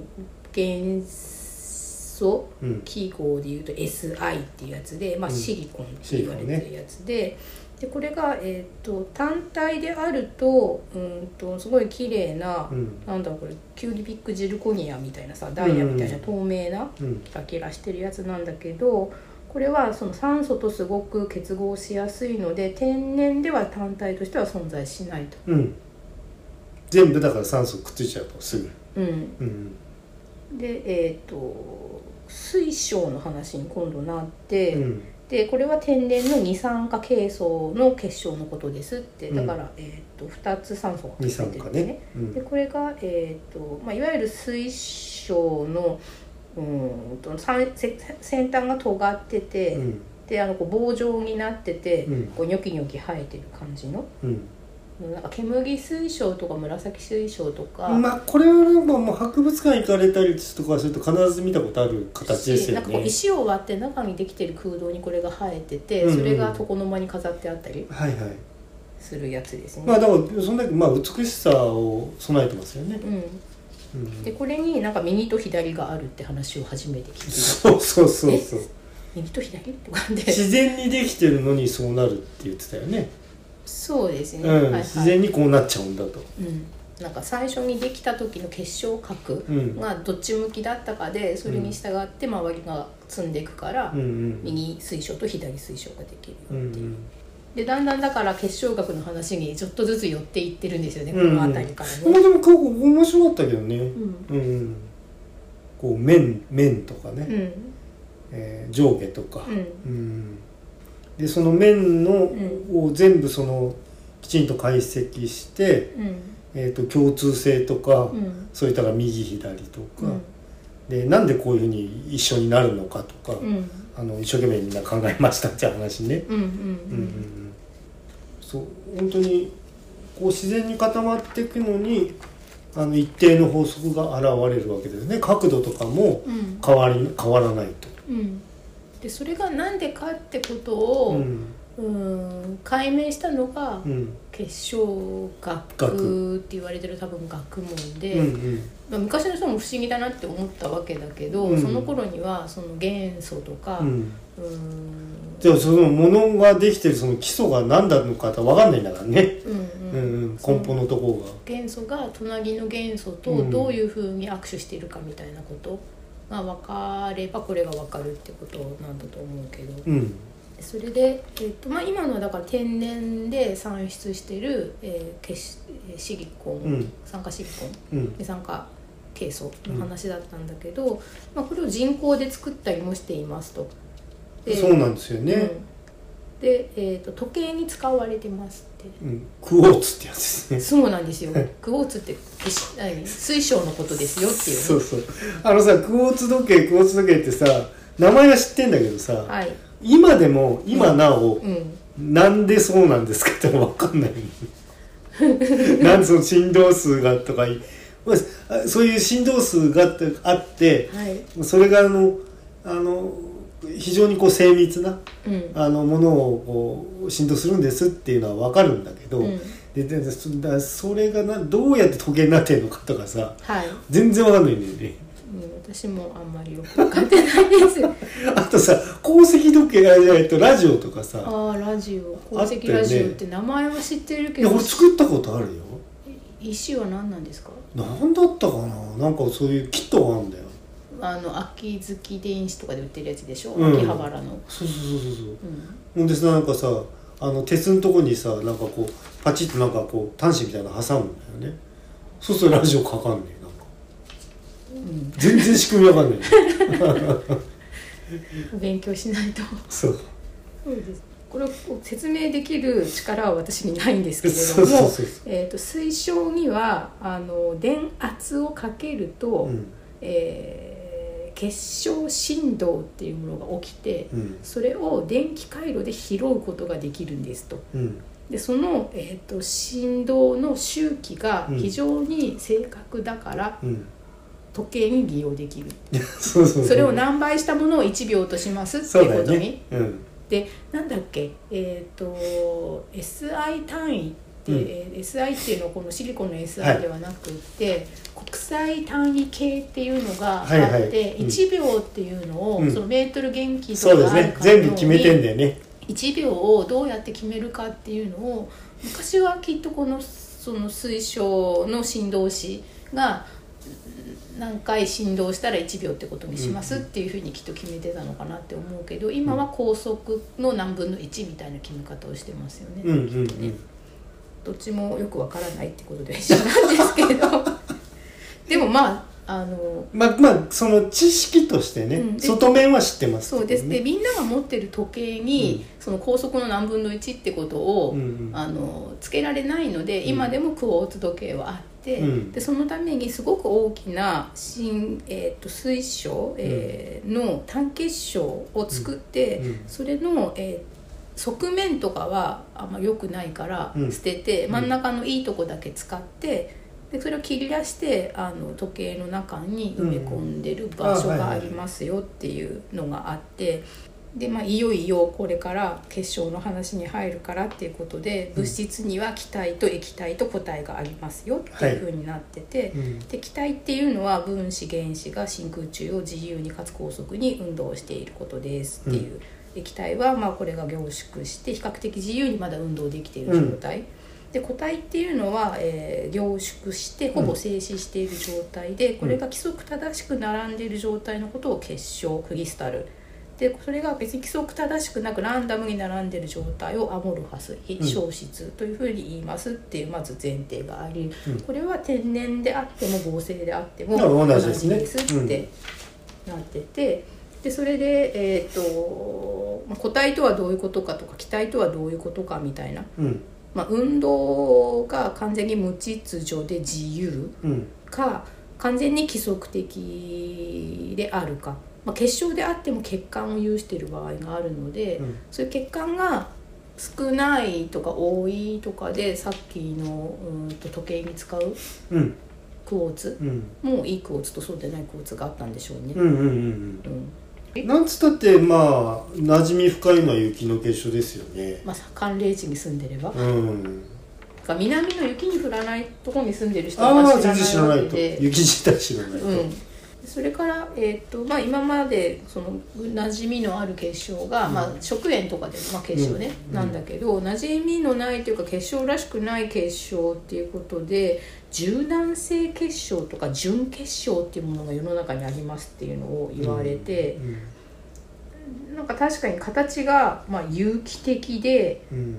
Speaker 2: 元素
Speaker 1: うん、
Speaker 2: 記号でいうと SI っていうやつで、まあ、
Speaker 1: うん
Speaker 2: シリコンって
Speaker 1: シリ
Speaker 2: 言
Speaker 1: コ
Speaker 2: われ
Speaker 1: ンね
Speaker 2: てるやつで,、でこれが、えー、と単体であるとうんとすごい綺麗な、
Speaker 1: うん、
Speaker 2: なんだろうこれキューリピックジルコニアみたいなさダイヤみたいな
Speaker 1: うん
Speaker 2: 透明な
Speaker 1: うん、
Speaker 2: キラキラしてるやつなんだけどこれはその酸素とすごく結合しやすいので天然では単体としては存在しないと。
Speaker 1: うん。全部だから酸素くっついちゃうとすぐ。
Speaker 2: うん
Speaker 1: うん、
Speaker 2: でえっ、と水晶の話に今度なって、
Speaker 1: うん、
Speaker 2: でこれは天然の二酸化ケイ素の結晶のことですって
Speaker 1: うん
Speaker 2: だから、えー、と2つ酸素が
Speaker 1: 二
Speaker 2: 入
Speaker 1: 酸
Speaker 2: って
Speaker 1: 化
Speaker 2: るんです
Speaker 1: ね。う
Speaker 2: で
Speaker 1: ん、
Speaker 2: これが、えーとまあ、いわゆる水晶のうーんとさんせ先端が尖ってて、
Speaker 1: うん、
Speaker 2: であのこう棒状になってて、
Speaker 1: うん
Speaker 2: こうニョキニョキ生えてる感じの
Speaker 1: うん。
Speaker 2: なんか煙水晶とか紫水晶とか、
Speaker 1: まあこれはなんかもう博物館行かれたりとかすると必ず見たことある形ですよ
Speaker 2: なんかこう
Speaker 1: ね。
Speaker 2: 石を割って中にできてる空洞にこれが生えてて、
Speaker 1: うんうん
Speaker 2: それが床の間に飾ってあったり
Speaker 1: はいはい。
Speaker 2: するやつですね、
Speaker 1: まあだからそんだけまあ美しさを備えてますよね。
Speaker 2: うん、
Speaker 1: う
Speaker 2: で
Speaker 1: ん、
Speaker 2: これになんか右と左があるって話を初めて聞いて
Speaker 1: そうそうそうそう。
Speaker 2: 右と左とかで
Speaker 1: 自然にできてるのにそうなるって言ってたよね、
Speaker 2: そうですね、
Speaker 1: うん
Speaker 2: はい
Speaker 1: 自
Speaker 2: はい、
Speaker 1: 然にこうなっちゃうんだと、
Speaker 2: うん、なんか最初にできた時の結晶核
Speaker 1: うん
Speaker 2: がどっち向きだったかでそれに従って周りが積んでいくから、
Speaker 1: うんうん
Speaker 2: 右水晶と左水晶ができ
Speaker 1: う
Speaker 2: るよ
Speaker 1: ん
Speaker 2: っていう、でだんだんだから結晶核の話にちょっとずつ寄っていってるんですよね、
Speaker 1: うんうん
Speaker 2: この辺りからね、
Speaker 1: うん、まあでも過去面白かったけどね、
Speaker 2: うん
Speaker 1: うんうん、こう面面とかね、
Speaker 2: うん
Speaker 1: えー上下とか、
Speaker 2: うん
Speaker 1: うんでその面の、
Speaker 2: う
Speaker 1: を全部そのきちんと解析して、
Speaker 2: うん
Speaker 1: えー、と共通性とか、
Speaker 2: うん
Speaker 1: そういったら右左と
Speaker 2: う
Speaker 1: か、
Speaker 2: ん
Speaker 1: でなんでこういうふうに一緒になるのかとか、
Speaker 2: うん
Speaker 1: あの一生懸命みんな考えましたって話ね。
Speaker 2: うんうん
Speaker 1: うんうんうんそう本当にこう自然に固まっていくのにあの一定の法則が現れるわけですね角度とかも
Speaker 2: うん
Speaker 1: 変わり変わらないと、
Speaker 2: うんでそれがなんでかってこと
Speaker 1: う
Speaker 2: を、
Speaker 1: ん
Speaker 2: うん、解明したのが
Speaker 1: うん
Speaker 2: 結晶学って言われてる多分学問で、
Speaker 1: うんうん
Speaker 2: まあ、昔の人も不思議だなって思ったわけだけど、
Speaker 1: うん
Speaker 2: その頃にはその元素とか、
Speaker 1: う
Speaker 2: うん
Speaker 1: ん、でもそのものができてるその基礎が何なのかって分かんないんだからね、
Speaker 2: うん
Speaker 1: うん
Speaker 2: う
Speaker 1: う
Speaker 2: ん
Speaker 1: ん、根本のところ
Speaker 2: 元素が隣の元素
Speaker 1: う
Speaker 2: と
Speaker 1: ん
Speaker 2: どういうふうに握手しているかみたいなことが分かればこれが分かるってことなんだと思うけど。
Speaker 1: がうん
Speaker 2: それで、えっとまあ、今のはだから天然で産出してる、えー結しえーシリコン、
Speaker 1: うん
Speaker 2: 酸化シリコン
Speaker 1: うん
Speaker 2: 二酸化ケイ素の話だったんだけど、まあ、これを人工で作ったりもしていますと。
Speaker 1: そうなんですよ
Speaker 2: う
Speaker 1: ね、
Speaker 2: んで、えー、と時計に使われてますって
Speaker 1: うんクォーツってやつですね
Speaker 2: そうなんですよクォーツってけし何水晶のことですよっていうね、
Speaker 1: そうそうあのさクォーツ時計クォーツ時計ってさ名前は知ってんだけどさ、
Speaker 2: はい、
Speaker 1: 今でも今なお、
Speaker 2: うん、
Speaker 1: なんでそうなんですかってわかんないなんでその振動数がとかいまあそういう振動数がってあって
Speaker 4: はい、
Speaker 1: それがあのあの非常にこう精密な
Speaker 4: うん
Speaker 1: あのものをこう振動するんですっていうのは分かるんだけど、
Speaker 4: うん、
Speaker 1: でででそだそれがなどうやって時計になってるのかとかさ
Speaker 4: はい、
Speaker 1: 全然分かんないんだよね。
Speaker 4: うん、私もあんまりよくわかってない ですよ
Speaker 1: あとさ鉱石時計あじゃないとラジオとかさ
Speaker 4: ああラジオ
Speaker 1: あ
Speaker 4: 鉱
Speaker 1: ったよね
Speaker 4: 石ラジオって名前は知ってる
Speaker 1: い
Speaker 4: け
Speaker 1: や
Speaker 4: ど
Speaker 1: 俺作ったことあるよ
Speaker 4: 石は何なんですか
Speaker 1: なんだったかななんかそういうキットがあるんだよ
Speaker 4: あの秋月電子とかで売ってるやつでしょ、
Speaker 1: うん
Speaker 4: 秋葉原の、
Speaker 1: そうそうそうそうそう
Speaker 4: うん、
Speaker 1: ほんでさなんかさあの鉄のとこにさなんかこうパチッとなんかこう端子みたいなの挟むんだよねそうするとラジオかかんねえなんか
Speaker 4: うん
Speaker 1: 全然仕組みわかんない
Speaker 4: 勉強しないと
Speaker 1: そう
Speaker 2: そうですこれを説明できる力は私にないんですけれ
Speaker 1: そうそう
Speaker 2: ども
Speaker 1: そうそ
Speaker 2: えー、と水晶にはあの電圧をかけると、
Speaker 1: ううん
Speaker 2: えー結晶振動っていうものが起きて
Speaker 1: うん
Speaker 2: それを電気回路で拾うことができるんですと。
Speaker 1: うん
Speaker 2: でその、えー、と振動の周期が非常に正確だから
Speaker 1: うん
Speaker 2: 時計に利用できる、
Speaker 1: いやそうそうそう
Speaker 2: それを何倍したものを1秒としますって
Speaker 1: そう
Speaker 2: いう
Speaker 1: だ
Speaker 2: こ
Speaker 1: よ
Speaker 2: とに、
Speaker 1: ねうん
Speaker 2: でなんだっけえっ、と SI 単位って、
Speaker 1: うん
Speaker 2: えー SI っていうのはこのシリコンの
Speaker 1: は
Speaker 2: SI
Speaker 1: い
Speaker 2: ではなくって、国際単位系っていうのがあって、
Speaker 1: はいはいうん
Speaker 2: 1秒っていうのを、
Speaker 1: うん
Speaker 2: そのメートル元気と
Speaker 1: そ
Speaker 2: か
Speaker 1: うです
Speaker 2: がある
Speaker 1: ね
Speaker 2: かのように
Speaker 1: 全部決めてんだよね
Speaker 2: 1秒をどうやって決めるかっていうのを昔はきっとこのその推奨の振動子がうん何回振動したら1秒ってことにしますっていうふうにきっと決めてたのかなって思うけど今は高速の何分の1みたいな決め方をしてますよね。
Speaker 1: うんうんうん
Speaker 2: どっちもよくわからないってことで一緒なんですけ どでもまああの
Speaker 1: まあまあその知識としてね、
Speaker 2: うんで
Speaker 1: 外面は知ってます
Speaker 2: そうですで
Speaker 1: ね
Speaker 2: みんなが持ってる時計にその高速の何分の1ってことを、
Speaker 1: うんうん
Speaker 2: あのつけられないので今でもクォーツ時計はあって、
Speaker 1: うん
Speaker 2: でそのためにすごく大きな新、えー、と水晶、えーの単結晶を作って、
Speaker 1: うんうん
Speaker 2: それの、えー側面とかはあんま良くないから
Speaker 1: うん
Speaker 2: 捨てて、
Speaker 1: うん
Speaker 2: 真ん中のいいとこだけ使ってでそれを切り出してあの時計の中に埋め込んでる場所がありますよっていうのがあって。でまあ、いよいよこれから結晶の話に入るからっていうことで
Speaker 1: うん
Speaker 2: 物質には気体と液体と固体がありますよっていうふうになってて、
Speaker 1: うん
Speaker 2: で気体っていうのは分子原子が真空中を自由にかつ高速に運動していることですっていう、液体はまあこれが凝縮して比較的自由にまだ運動できている状態、で固体っていうのは、えー凝縮してほぼ静止している状態で、これが規則正しく並んでいる状態のことを結晶クリスタルでそれが別に規則正しくなくランダムに並んでいる状態をアモルファス非消失というふうに言いますっていうまず前提があり、
Speaker 1: うん
Speaker 2: これは天然であっても合成であっても
Speaker 1: うん同
Speaker 2: 同
Speaker 1: じ
Speaker 2: じ
Speaker 1: で
Speaker 2: ですす
Speaker 1: ね
Speaker 2: ってなってて、でそれで、えー、とまあ固体とはどういうことかとか気体とはどういうことかみたいな、
Speaker 1: うん
Speaker 2: まあ、運動が完全に無秩序で自由
Speaker 1: うん
Speaker 2: か完全に規則的であるか、まあ、結晶であっても欠陥を有している場合があるので。
Speaker 1: うん
Speaker 2: そういう血管が少ないとか多いとかでさっきのうーんと時計に使う
Speaker 1: うん
Speaker 2: クォーツ
Speaker 1: うん
Speaker 2: もういいクォーツとそうでないクォーツがあったんでしょうね。
Speaker 1: うんうんうん
Speaker 2: うん
Speaker 1: うんなんつったってまあ馴染み深いのは雪の結晶ですよね
Speaker 2: まあ、寒冷地に住んでれば
Speaker 1: うん
Speaker 2: か南の雪に降らないところに住んでる人
Speaker 1: あ
Speaker 2: は
Speaker 1: あ
Speaker 2: 知
Speaker 1: 全
Speaker 2: ら
Speaker 1: 然知ら
Speaker 2: な
Speaker 1: ないい
Speaker 2: わ
Speaker 1: と
Speaker 2: けで
Speaker 1: 雪自体知らないと、
Speaker 2: うん、それから、えーとまあ、今までその馴染みのある結晶が、まあ、食塩とかで、まあ、結晶ね、
Speaker 1: うん
Speaker 2: なんだけど馴染みのないというか結晶らしくない結晶っていうことで柔軟性結晶とか準結晶っていうものが世の中にありますっていうのを言われて
Speaker 1: う、ん
Speaker 2: なんか確かに形が、まあ、有機的で、
Speaker 1: うん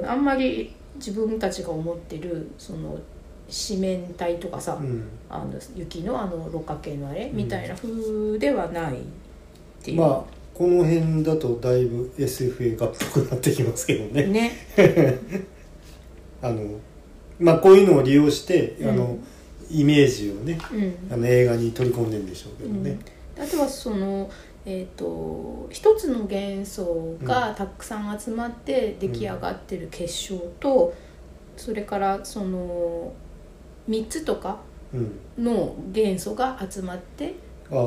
Speaker 2: うん、あんまり自分たちが思ってるその四面体とかさ、
Speaker 1: うん
Speaker 2: あの雪のあの六角形のあれ
Speaker 1: うん
Speaker 2: みたいな風ではないっていう、
Speaker 1: まあこの辺だとだいぶ SF 映画っぽくなってきますけどね
Speaker 2: ね
Speaker 1: あのまあこういうのを利用して、あ
Speaker 2: う
Speaker 1: の
Speaker 2: ん
Speaker 1: イメージをね
Speaker 2: うん
Speaker 1: あの映画に取り込んでんでしょうけどね、
Speaker 2: あとはその、えー、と一つの元素がたくさん集まって出来上がってる結晶と、それからその3つとか
Speaker 1: うん
Speaker 2: の元素が集まって
Speaker 1: ああ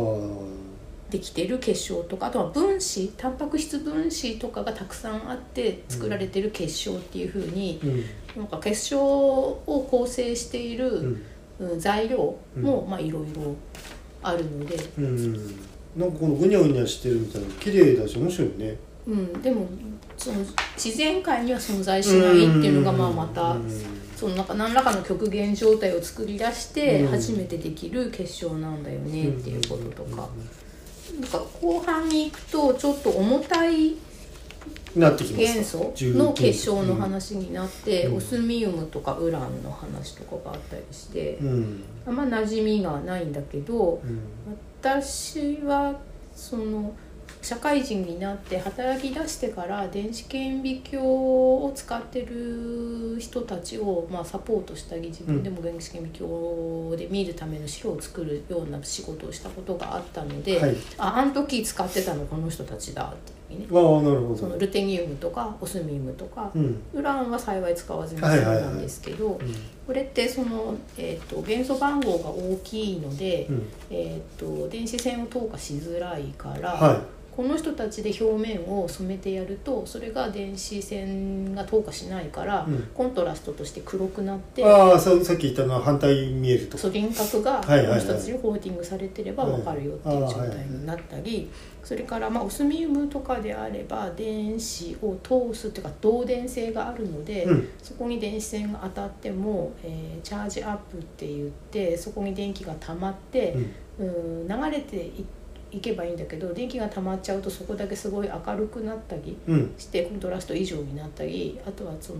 Speaker 2: できてる結晶とかあとは分子タンパク質分子とかがたくさんあって作られてる結晶っていうふうに、
Speaker 1: うん
Speaker 2: なんか結晶を構成していうる、
Speaker 1: ん
Speaker 2: うん材料も、まあいろいろあるので、
Speaker 1: うんなんかこのぐにゃぐにゃしてるみたいな綺麗だし面白いね
Speaker 2: うん、でもその自然界には存在しないっていうのがまあまた。
Speaker 1: うん
Speaker 2: そのなんか何らかの極限状態を作り出して
Speaker 1: うん
Speaker 2: 初めてできる結晶なんだよねっていうこととかなんか後半に行くとちょっと重たい
Speaker 1: なってきます
Speaker 2: 元素
Speaker 1: 重金
Speaker 2: の
Speaker 1: 属
Speaker 2: 結晶の話になって
Speaker 1: うん
Speaker 2: オスミウムとかウランの話とかがあったりして
Speaker 1: うん
Speaker 2: あんま馴染みがないんだけど
Speaker 1: うん
Speaker 2: 私はその社会人になって働き出してから電子顕微鏡を使ってる人たちを、まあ、サポートしたり自分でも電子顕微鏡で見るための資料を作るような仕事をしたことがあったので、
Speaker 1: はい
Speaker 2: ああの時使ってたのこの人たちだっていうふうにね
Speaker 1: ああなるほ
Speaker 2: その
Speaker 1: ど
Speaker 2: ルテニウムとかオスミウムとか、
Speaker 1: うん
Speaker 2: ウランは幸い使わずに済ん
Speaker 1: はいはいはい
Speaker 2: だんですけど、
Speaker 1: う
Speaker 2: これってその、えー、と元素番号が大きいので。
Speaker 1: んうん
Speaker 2: えー、と電子線を透過しづらいから、
Speaker 1: は
Speaker 2: この人たちで表面を染めてやるとそれが電子線が透過しないから、
Speaker 1: うん
Speaker 2: コントラストとして黒くなっ
Speaker 1: い
Speaker 2: て
Speaker 1: ああささっき言ったのは反対見えるとか
Speaker 2: そう輪郭がこ
Speaker 1: はいはいは
Speaker 2: の
Speaker 1: い
Speaker 2: 人たちにコーティングされてれば分かるよっていう状態になったりそれからまあオスミウムとかであれば電子を通すっていうか導電性があるので。
Speaker 1: うん
Speaker 2: そこに電子線が当たっても、えーチャージアップって言ってそこに電気が溜まって、
Speaker 1: うん
Speaker 2: うん流れていいけばいいんだけど電気が溜まっちゃうとそこだけすごい明るくなったり
Speaker 1: うん
Speaker 2: してコントラスト異常になったりあとはその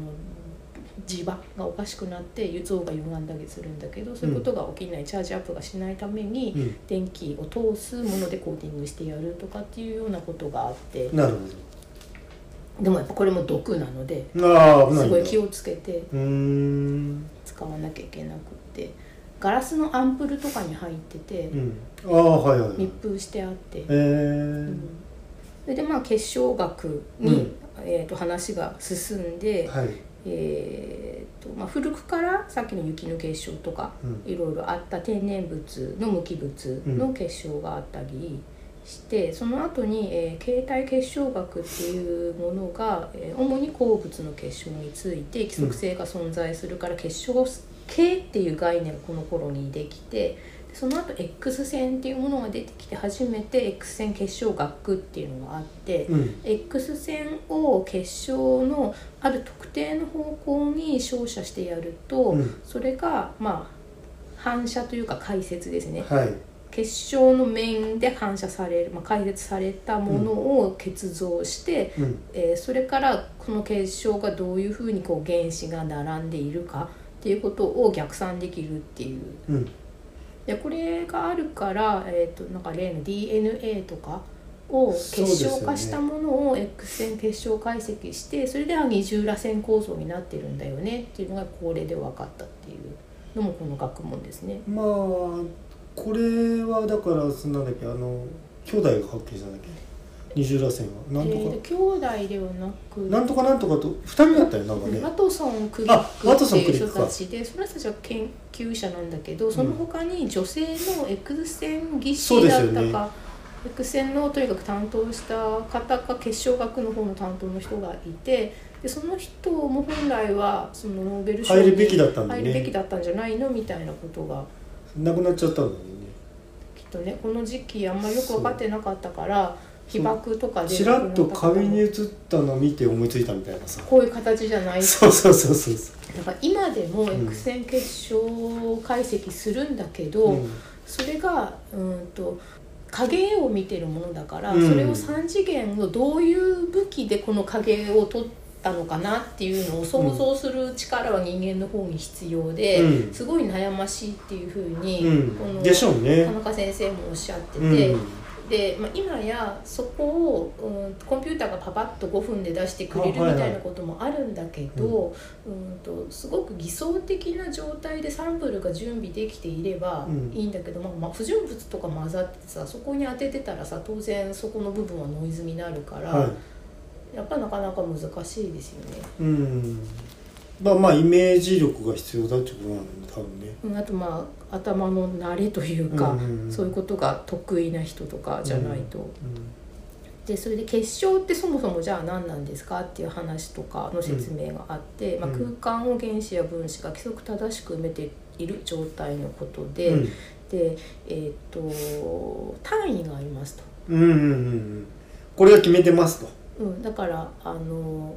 Speaker 2: 磁場がおかしくなって輸送が歪んだりするんだけどそういうことが起きない、チャージアップがしないために
Speaker 1: うん
Speaker 2: 電気を通すものでコーティングしてやるとかっていうようなことがあって
Speaker 1: なるほ
Speaker 2: でもやっぱこれも毒なので
Speaker 1: どああ危ない
Speaker 2: す
Speaker 1: ん
Speaker 2: ご
Speaker 1: だ
Speaker 2: い気をつけて
Speaker 1: うーん
Speaker 2: 使わなきゃいけなくってガラスのアンプルとかに入ってて
Speaker 1: うんああはいはい
Speaker 2: 密封してあって。
Speaker 1: えー
Speaker 2: それでまあ結晶学に、
Speaker 1: うん
Speaker 2: えー、と話が進んで、
Speaker 1: はい
Speaker 2: えーとまあ、古くからさっきの雪の結晶とか
Speaker 1: うん
Speaker 2: いろいろあった天然物の無機物の結晶があったりして、その後に、えー形態結晶学っていうものが、えー主に鉱物の結晶について規則性が存在するから結晶系っていう概念がこの頃にできてその後 X 線っていうものが出てきて初めて X 線結晶学っていうのがあって。
Speaker 1: うん
Speaker 2: X 線を結晶のある特定の方向に照射してやると、
Speaker 1: うん
Speaker 2: それがまあ反射というか解説ですね
Speaker 1: はい
Speaker 2: 結晶の面で反射される、まあ、解説されたものを結像して、
Speaker 1: うん
Speaker 2: えーそれからこの結晶がどういうふうにこう原子が並んでいるかっていうことを逆算できるっていう
Speaker 1: うん
Speaker 2: でこれがあるから、えー、となんか例の DNA とかを結晶化したものを X 線結晶解析してそれでは二重らせん構造になってるんだよねっていうのがこれで分かったっていうのもこの学問ですね。
Speaker 1: まあこれはだからそのなんだっけあの兄弟が発見したんだっけ二重らせんはな
Speaker 2: で
Speaker 1: んと
Speaker 2: 兄
Speaker 1: か
Speaker 2: 弟ではなく
Speaker 1: なんとかなんとかと二人だったよなんかね
Speaker 2: ワトソン・クリ
Speaker 1: あワ
Speaker 2: ッ
Speaker 1: ト
Speaker 2: クっ
Speaker 1: ソ
Speaker 2: て
Speaker 1: ンク
Speaker 2: い
Speaker 1: リ
Speaker 2: う
Speaker 1: ック
Speaker 2: 人
Speaker 1: か
Speaker 2: たちでその人たちは研究者なんだけどその他に女性の X 線技
Speaker 1: そう
Speaker 2: 師
Speaker 1: ですよ
Speaker 2: だっ
Speaker 1: ね
Speaker 2: たか、X 線のとにかく担当した方か結晶学の方の担当の人がいてでその人も本来はそのノーベル賞に
Speaker 1: 入るべきだったんだよ
Speaker 2: 入るべき
Speaker 1: ね
Speaker 2: だったんじゃないのみたいなことが
Speaker 1: なくなっちゃったんだよね
Speaker 2: きっとねこの時期あんまよく分かってなかったから被爆とかで
Speaker 1: ちらっと紙に映ったの見て思いついたみたいなさ
Speaker 2: こういう形じゃない
Speaker 1: そうそうそうそうそ
Speaker 2: だから今でも
Speaker 1: ん
Speaker 2: X 線結晶解析するんだけど、
Speaker 1: う、うん、
Speaker 2: それがうんと影を見てるものだから、
Speaker 1: うん
Speaker 2: それを3次元のどういう武器でこの影を取ったのかなっていうのを想像する力は人間の方に必要で、
Speaker 1: うん
Speaker 2: すごい悩ましいっていうふうに、こ
Speaker 1: うん、
Speaker 2: の
Speaker 1: でしょう
Speaker 2: 田
Speaker 1: ね
Speaker 2: 中先生もおっしゃってて。
Speaker 1: うん
Speaker 2: で、まあ、今やそこを、うん、コンピューターがパパッと5分で出してくれるみ
Speaker 1: あはいはい
Speaker 2: たいなこともあるんだけど、うん、とすごく偽装的な状態でサンプルが準備できていれば
Speaker 1: うん
Speaker 2: いいんだけど、まあまあ、不純物とか混ざってさそこに当ててたらさ当然そこの部分はノイズになるから、
Speaker 1: は
Speaker 2: やっぱなかなか難しいですよね。
Speaker 1: いうんまあまあイメージ力が必要だってことなんだよね多分ね
Speaker 2: うんあとまあ頭の慣れというか、
Speaker 1: うんうんうん
Speaker 2: そういうことが得意な人とかじゃないと、でそれで結晶ってそもそもじゃあ何なんですかっていう話とかの説明があって、まあ、
Speaker 1: うん
Speaker 2: 空間を原子や分子が規則正しく埋めている状態のことで、
Speaker 1: うん
Speaker 2: で、えっと単位がありますと。
Speaker 1: うんうんうんうんこれが決めてますと
Speaker 2: うん、だからあの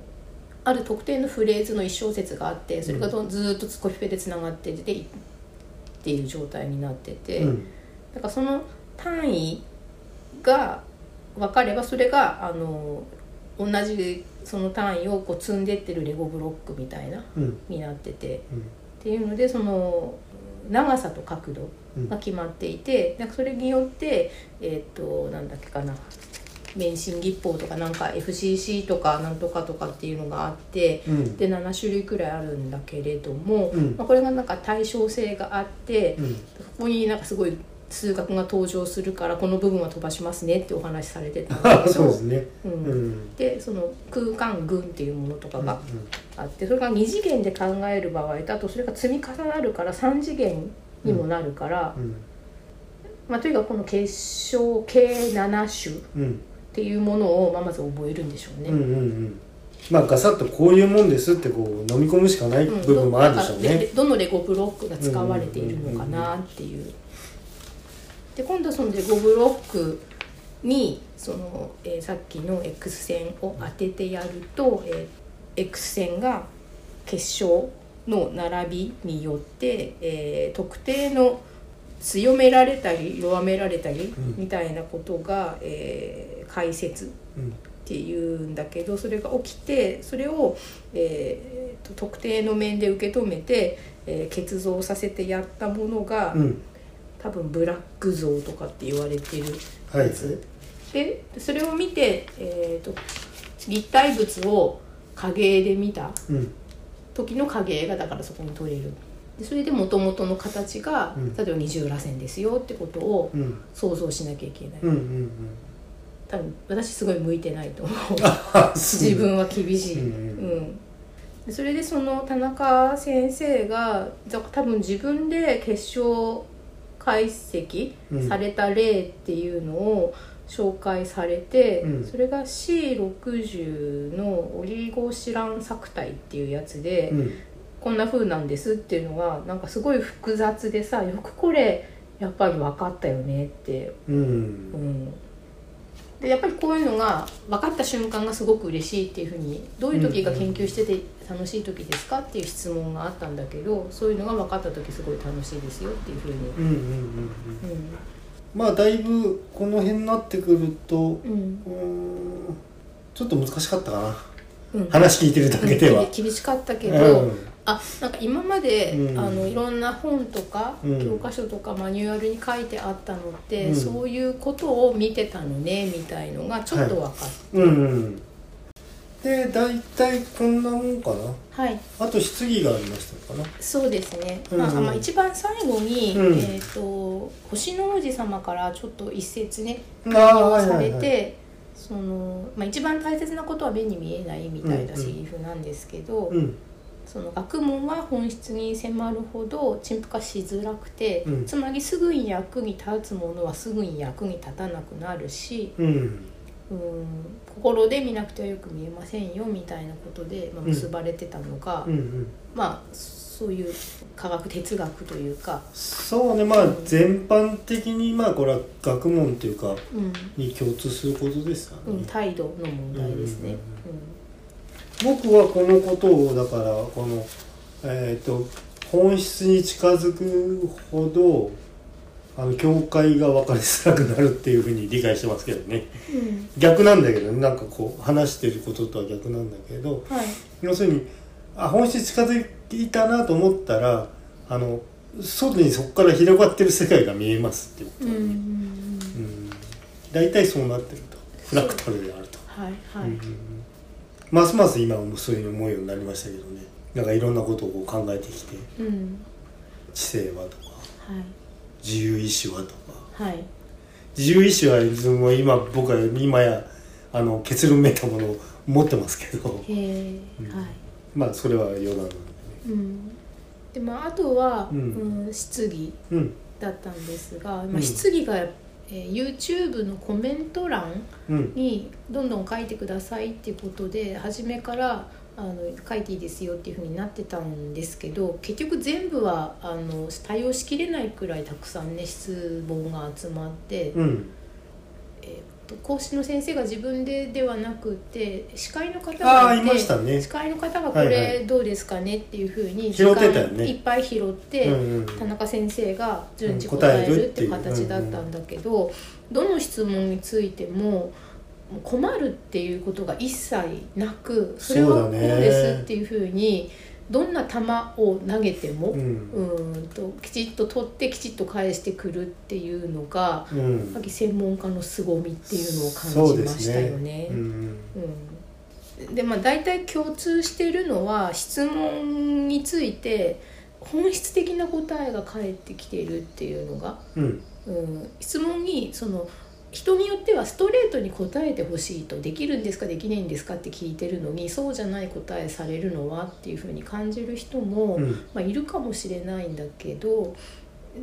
Speaker 2: ある特定のフレーズの一小節があってそれがどんずーっとコピペでつながってていっていう状態になってて、
Speaker 1: うん
Speaker 2: だからその単位が分かればそれがあの同じその単位をこう積んでってるレゴブロックみたいな
Speaker 1: うん
Speaker 2: になってて
Speaker 1: うん
Speaker 2: っていうのでその長さと角度
Speaker 1: うん
Speaker 2: が決まっていてなんかそれによってえっ、となんだっけかな免震立法とかなんか FCC とかなんとかとかっていうのがあって
Speaker 1: うん
Speaker 2: で7種類くらいあるんだけれども、
Speaker 1: うん
Speaker 2: まあ、これがなんか対称性があって、
Speaker 1: うん
Speaker 2: ここになんかすごい数学が登場するからこの部分は飛ばしますねってお話しされてたんだけ
Speaker 1: そうで
Speaker 2: ど
Speaker 1: すね
Speaker 2: う
Speaker 1: うんん
Speaker 2: でその空間群っていうものとかがあってそれが2次元で考える場合だとそれが積み重なるから3次元にもなるから、
Speaker 1: うん
Speaker 2: まあ、とにかくこの結晶計7種っ
Speaker 1: うん
Speaker 2: ていうものを、まあ、まず覚えるんでしょうね。
Speaker 1: うんうんうんまあガサッとこういうもんですってこう飲み込むしかない
Speaker 2: うん
Speaker 1: 部分もあるでしょう
Speaker 2: どなんか
Speaker 1: ね
Speaker 2: レどのレゴブロックが使われているのかなっていう。で今度そのレゴブロックにその、えーさっきの X 線を当ててやると、えー X 線が結晶の並びによって、えー特定の強められたり弱められたり
Speaker 1: うん
Speaker 2: みたいなことが、えー解説
Speaker 1: うん
Speaker 2: っていうんだけどそれが起きてそれを、えーと特定の面で受け止めて、えー、結像させてやったものが、
Speaker 1: うん
Speaker 2: 多分ブラック像とかって言われてる
Speaker 1: はい
Speaker 2: やつ、でそれを見て、えー、と立体物を影絵で見た
Speaker 1: うん
Speaker 2: 時の影絵がだからそこに取れるでそれで元々の形が、
Speaker 1: うん
Speaker 2: 例えば二重らせんですよってことを
Speaker 1: うん
Speaker 2: 想像しなきゃいけない、
Speaker 1: うんうんうん
Speaker 2: 多分私すごい向いてないと思う
Speaker 1: あそう
Speaker 2: 自分は厳しい、
Speaker 1: う
Speaker 2: うんんでそれでその田中先生がだ多分自分で結晶解析
Speaker 1: うん
Speaker 2: された例っていうのを紹介されて、
Speaker 1: うん
Speaker 2: それが C60 のオリゴシラン作体っていうやつで、
Speaker 1: うん
Speaker 2: こんな風なんですっていうのがなんかすごい複雑でさよくこれやっぱり分かったよねって
Speaker 1: うん
Speaker 2: うんでやっぱりこういうのが分かった瞬間がすごく嬉しいっていうふうにどういう時が研究してて楽しい時ですかっていう質問があったんだけどそういうのが分かった時すごい楽しいですよっていうふうに、
Speaker 1: うんうんうんうん
Speaker 2: う
Speaker 1: まあだいぶこの辺になってくると
Speaker 2: んうん
Speaker 1: うーんちょっと難しかったかな
Speaker 2: うん、
Speaker 1: 話聞いてるだけでは
Speaker 2: 厳厳しかったけど、
Speaker 1: うん
Speaker 2: あなんか今まで、
Speaker 1: うん
Speaker 2: あのいろんな本とか、
Speaker 1: うん
Speaker 2: 教科書とかマニュアルに書いてあったのって、
Speaker 1: うん
Speaker 2: そういうことを見てたのねみたいのがちょっと分かった。
Speaker 1: うんうんで大体こんなもんかな
Speaker 2: はい
Speaker 1: あと質疑がありましたのか
Speaker 2: そうですね、
Speaker 1: うんうん
Speaker 2: まあ、まあ一番最後に、
Speaker 1: うん
Speaker 2: えっ、と星の王子様からちょっと一節ね引
Speaker 1: な
Speaker 2: 用されて、
Speaker 1: い
Speaker 2: そのまあ、一番大切なことは目に見えないみたいな
Speaker 1: うんうん
Speaker 2: セリフなんですけど、
Speaker 1: うん
Speaker 2: その学問は本質に迫るほど陳腐化しづらくて、
Speaker 1: うん
Speaker 2: つまりすぐに役に立つものはすぐに役に立たなくなるし
Speaker 1: うん
Speaker 2: うん心で見なくてはよく見えませんよみたいなことで、まあ、
Speaker 1: うん
Speaker 2: 結ばれてたのが、
Speaker 1: うんうん
Speaker 2: まあそういう科学哲学というか。
Speaker 1: そうねまあ全般的にまあこれは学問というか
Speaker 2: うん
Speaker 1: に共通することですから
Speaker 2: う
Speaker 1: ね
Speaker 2: ん、態度の問題ですね。
Speaker 1: 僕はこのことをだからこのえっ、と本質に近づくほどあの境界が分かりづらくなるっていうふうに理解してますけどね
Speaker 2: うん
Speaker 1: 逆なんだけどねなんかこう話してることとは逆なんだけど
Speaker 2: はい。
Speaker 1: 要するにあ本質に近づいたなと思ったらあの外にそこから広がってる世界が見えますっていうこと、
Speaker 2: うんうんうん。
Speaker 1: うん大体そうなってるとフラクタルであると。
Speaker 2: はいは
Speaker 1: う
Speaker 2: い
Speaker 1: ん。ますます今もそういうの思うようになりましたけどねなんかいろんなことをこう考えてきて
Speaker 2: うん。
Speaker 1: 知性はとか
Speaker 2: はい
Speaker 1: 自由意志はとか
Speaker 2: はい。
Speaker 1: 自由意志はいつも今僕 は今やあの結論めいたものを持ってますけど
Speaker 2: へえ
Speaker 1: うん
Speaker 2: はい。
Speaker 1: まあそれは余談なんでね
Speaker 2: うん、でまああとは、
Speaker 1: う
Speaker 2: うんん質疑
Speaker 1: うん
Speaker 2: だったんですが、
Speaker 1: う
Speaker 2: ま
Speaker 1: ん
Speaker 2: あ、質疑が、えー YouTube のコメント欄
Speaker 1: うん
Speaker 2: にどんどん書いてくださいっていうことで初めからあの書いていいですよっていうふうになってたんですけど結局全部はあの対応しきれないくらいたくさんね質問が集まって、
Speaker 1: うん
Speaker 2: 講師の先生が自分でではなくて司会の方
Speaker 1: あ
Speaker 2: が
Speaker 1: あ
Speaker 2: い
Speaker 1: い
Speaker 2: て
Speaker 1: ましたね
Speaker 2: 司会の方がこ
Speaker 1: はいは
Speaker 2: れどうですかねっていうふうに
Speaker 1: 拾ってたよね
Speaker 2: 時間いっぱい拾って、
Speaker 1: うんうん
Speaker 2: 田中先生が順次
Speaker 1: うん答
Speaker 2: 答
Speaker 1: え
Speaker 2: え
Speaker 1: る
Speaker 2: る
Speaker 1: っ
Speaker 2: って
Speaker 1: い
Speaker 2: て
Speaker 1: う
Speaker 2: 形だったんだけど、どの質問についてももう困るっていうことが一切なくそれは
Speaker 1: そ
Speaker 2: こ
Speaker 1: う
Speaker 2: う
Speaker 1: だね
Speaker 2: ですっていうふうにどんな球を投げても
Speaker 1: う、ん
Speaker 2: うーんときちっと取ってきちっと返してくるっていうのが
Speaker 1: うん
Speaker 2: やっぱり専門家の凄みっていうのを
Speaker 1: そ
Speaker 2: 感
Speaker 1: う
Speaker 2: じ
Speaker 1: で
Speaker 2: ますしたよね。
Speaker 1: うん
Speaker 2: うん、でまあ大体共通しているのは質問について本質的な答えが返ってきているっていうのが、
Speaker 1: うん
Speaker 2: うん、質問にその人によってはストレートに答えてほしいとできるんですかできないんですかって聞いてるのにそうじゃない答えされるのはっていうふうに感じる人も、
Speaker 1: うん
Speaker 2: まあ、いるかもしれないんだけど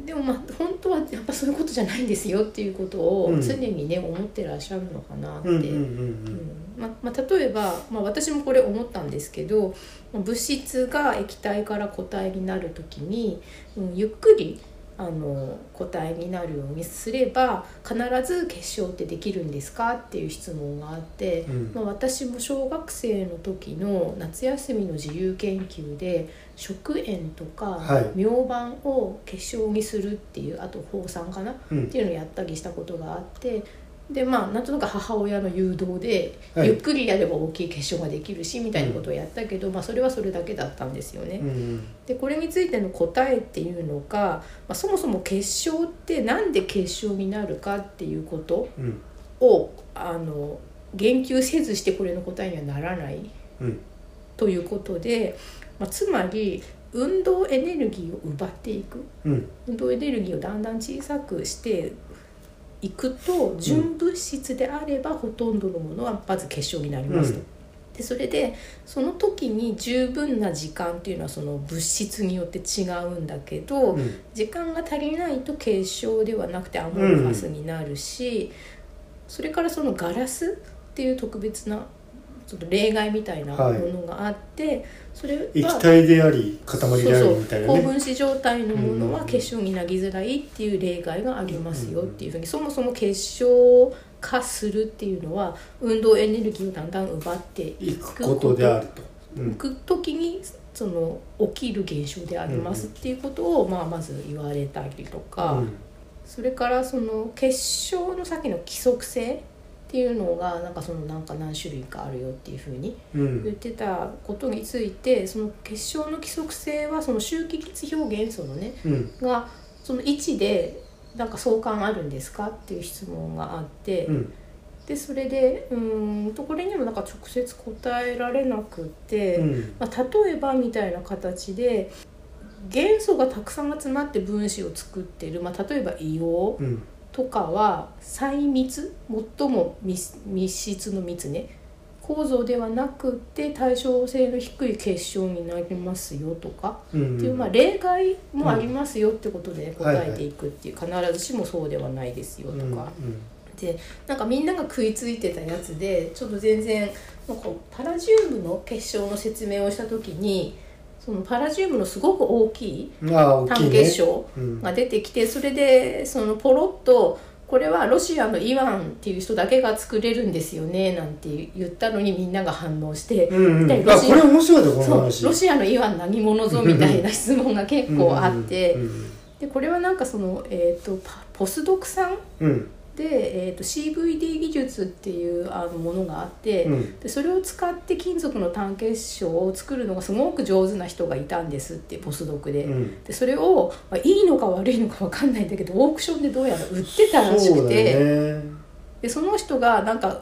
Speaker 2: でもまあ本当はやっぱそういうことじゃないんですよっていうことを
Speaker 1: うん
Speaker 2: 常にね、思ってらっしゃるのかなって。
Speaker 1: うんうんうん
Speaker 2: ままあ、例えば、まあ、私もこれ思ったんですけどまあ物質が液体から固体になる時に、うん、ゆっくりあの固体になるようにすれば必ず結晶ってできるんですかっていう質問があって、
Speaker 1: うん
Speaker 2: まあ、私も小学生の時の夏休みの自由研究で食塩とか
Speaker 1: はい
Speaker 2: 明板を結晶にするっていう、あと放酸かな
Speaker 1: うん
Speaker 2: っていうのをやったりしたことがあってでまあなんとなく母親の誘導で、
Speaker 1: はい
Speaker 2: ゆっくりやれば大きい結晶ができるしみたいなことをやったけど、まあ、それはそれだけだったんですよね。
Speaker 1: うん
Speaker 2: でこれについての答えっていうのが、まあ、そもそも結晶ってなんで結晶になるかっていうこと
Speaker 1: うん
Speaker 2: をあの言及せずしてこれの答えにはならない
Speaker 1: うん
Speaker 2: ということで、まあ、つまり運動エネルギーを奪っていく
Speaker 1: うん
Speaker 2: 運動エネルギーをだんだん小さくしていくと純物質であればほとんどのものはまず結晶になりますと。
Speaker 1: うん
Speaker 2: でそれでその時に十分な時間っていうのはその物質によって違うんだけど、
Speaker 1: うん
Speaker 2: 時間が足りないと結晶ではなくてアモルファスになるし、それからそのガラスっていう特別なちょっと例外みたいなも
Speaker 1: はい
Speaker 2: のがあって、それは
Speaker 1: 液体であり塊でありみたいな
Speaker 2: そうそう高
Speaker 1: ね
Speaker 2: 分子状態のもの
Speaker 1: う
Speaker 2: は
Speaker 1: ん
Speaker 2: 結晶になりづらいっていう例外がありますよっていうふうにそもそも結晶化するっていうのは運動エネルギーをだんだん奪ってい
Speaker 1: いくことであるとうん
Speaker 2: く時にその起きる現象でありますっていうことをまあまず言われたりとか。
Speaker 1: うん
Speaker 2: それからその結晶の先の規則性っていうのがなんかそのなんか何種類かあるよっていうふうに
Speaker 1: う
Speaker 2: 言っ
Speaker 1: ん
Speaker 2: てたことについてその結晶の規則性はその周期率表現そのね
Speaker 1: うん
Speaker 2: がその位置でなんか相関あるんですかっていう質問があって、
Speaker 1: うん
Speaker 2: でそれでうーんとこれにもなんか直接答えられなくて。
Speaker 1: うん
Speaker 2: まあ、例えばみたいな形で元素がたくさん集まって分子を作ってる、まあ、例えば硫黄
Speaker 1: うん
Speaker 2: とかは細密最も密密室の密ね構造ではなくて対称性の低い結晶になりますよとか、
Speaker 1: うん
Speaker 2: っていうまあ例外もありますよってことで答えていくっていう、必ずしもそうではないですよとか。でなんかみんなが食いついてたやつでちょっと全然なんかパラジウムの結晶の説明をした時にそのパラジウムのすごく大きい
Speaker 1: うんうんああ大きい
Speaker 2: 単
Speaker 1: ね
Speaker 2: 結晶
Speaker 1: うん
Speaker 2: が出てきてそれでそのポロッと「これはロシアのイワンっていう人だけが作れるんですよね」なんて言ったのにみんなが反応して
Speaker 1: うんうん
Speaker 2: で
Speaker 1: あ
Speaker 2: ロシ
Speaker 1: これ面白いでこの
Speaker 2: そう
Speaker 1: 話
Speaker 2: ロシアのイワン何者ぞみたいな質問が結構あって
Speaker 1: うんうん
Speaker 2: でこれはなんかその、えー、とパポスドクさん
Speaker 1: うん
Speaker 2: で、えー、と CVD 技術っていうあのものがあって、
Speaker 1: うん
Speaker 2: でそれを使って金属の単結晶を作るのがすごく上手な人がいたんですってポスドクで,、
Speaker 1: うん
Speaker 2: でそれを、まあ、いいのか悪いのか分かんないんだけどオークションでどうやら売ってたらし
Speaker 1: そ
Speaker 2: く
Speaker 1: うだ
Speaker 2: てそ,、
Speaker 1: ね
Speaker 2: でその人がなんか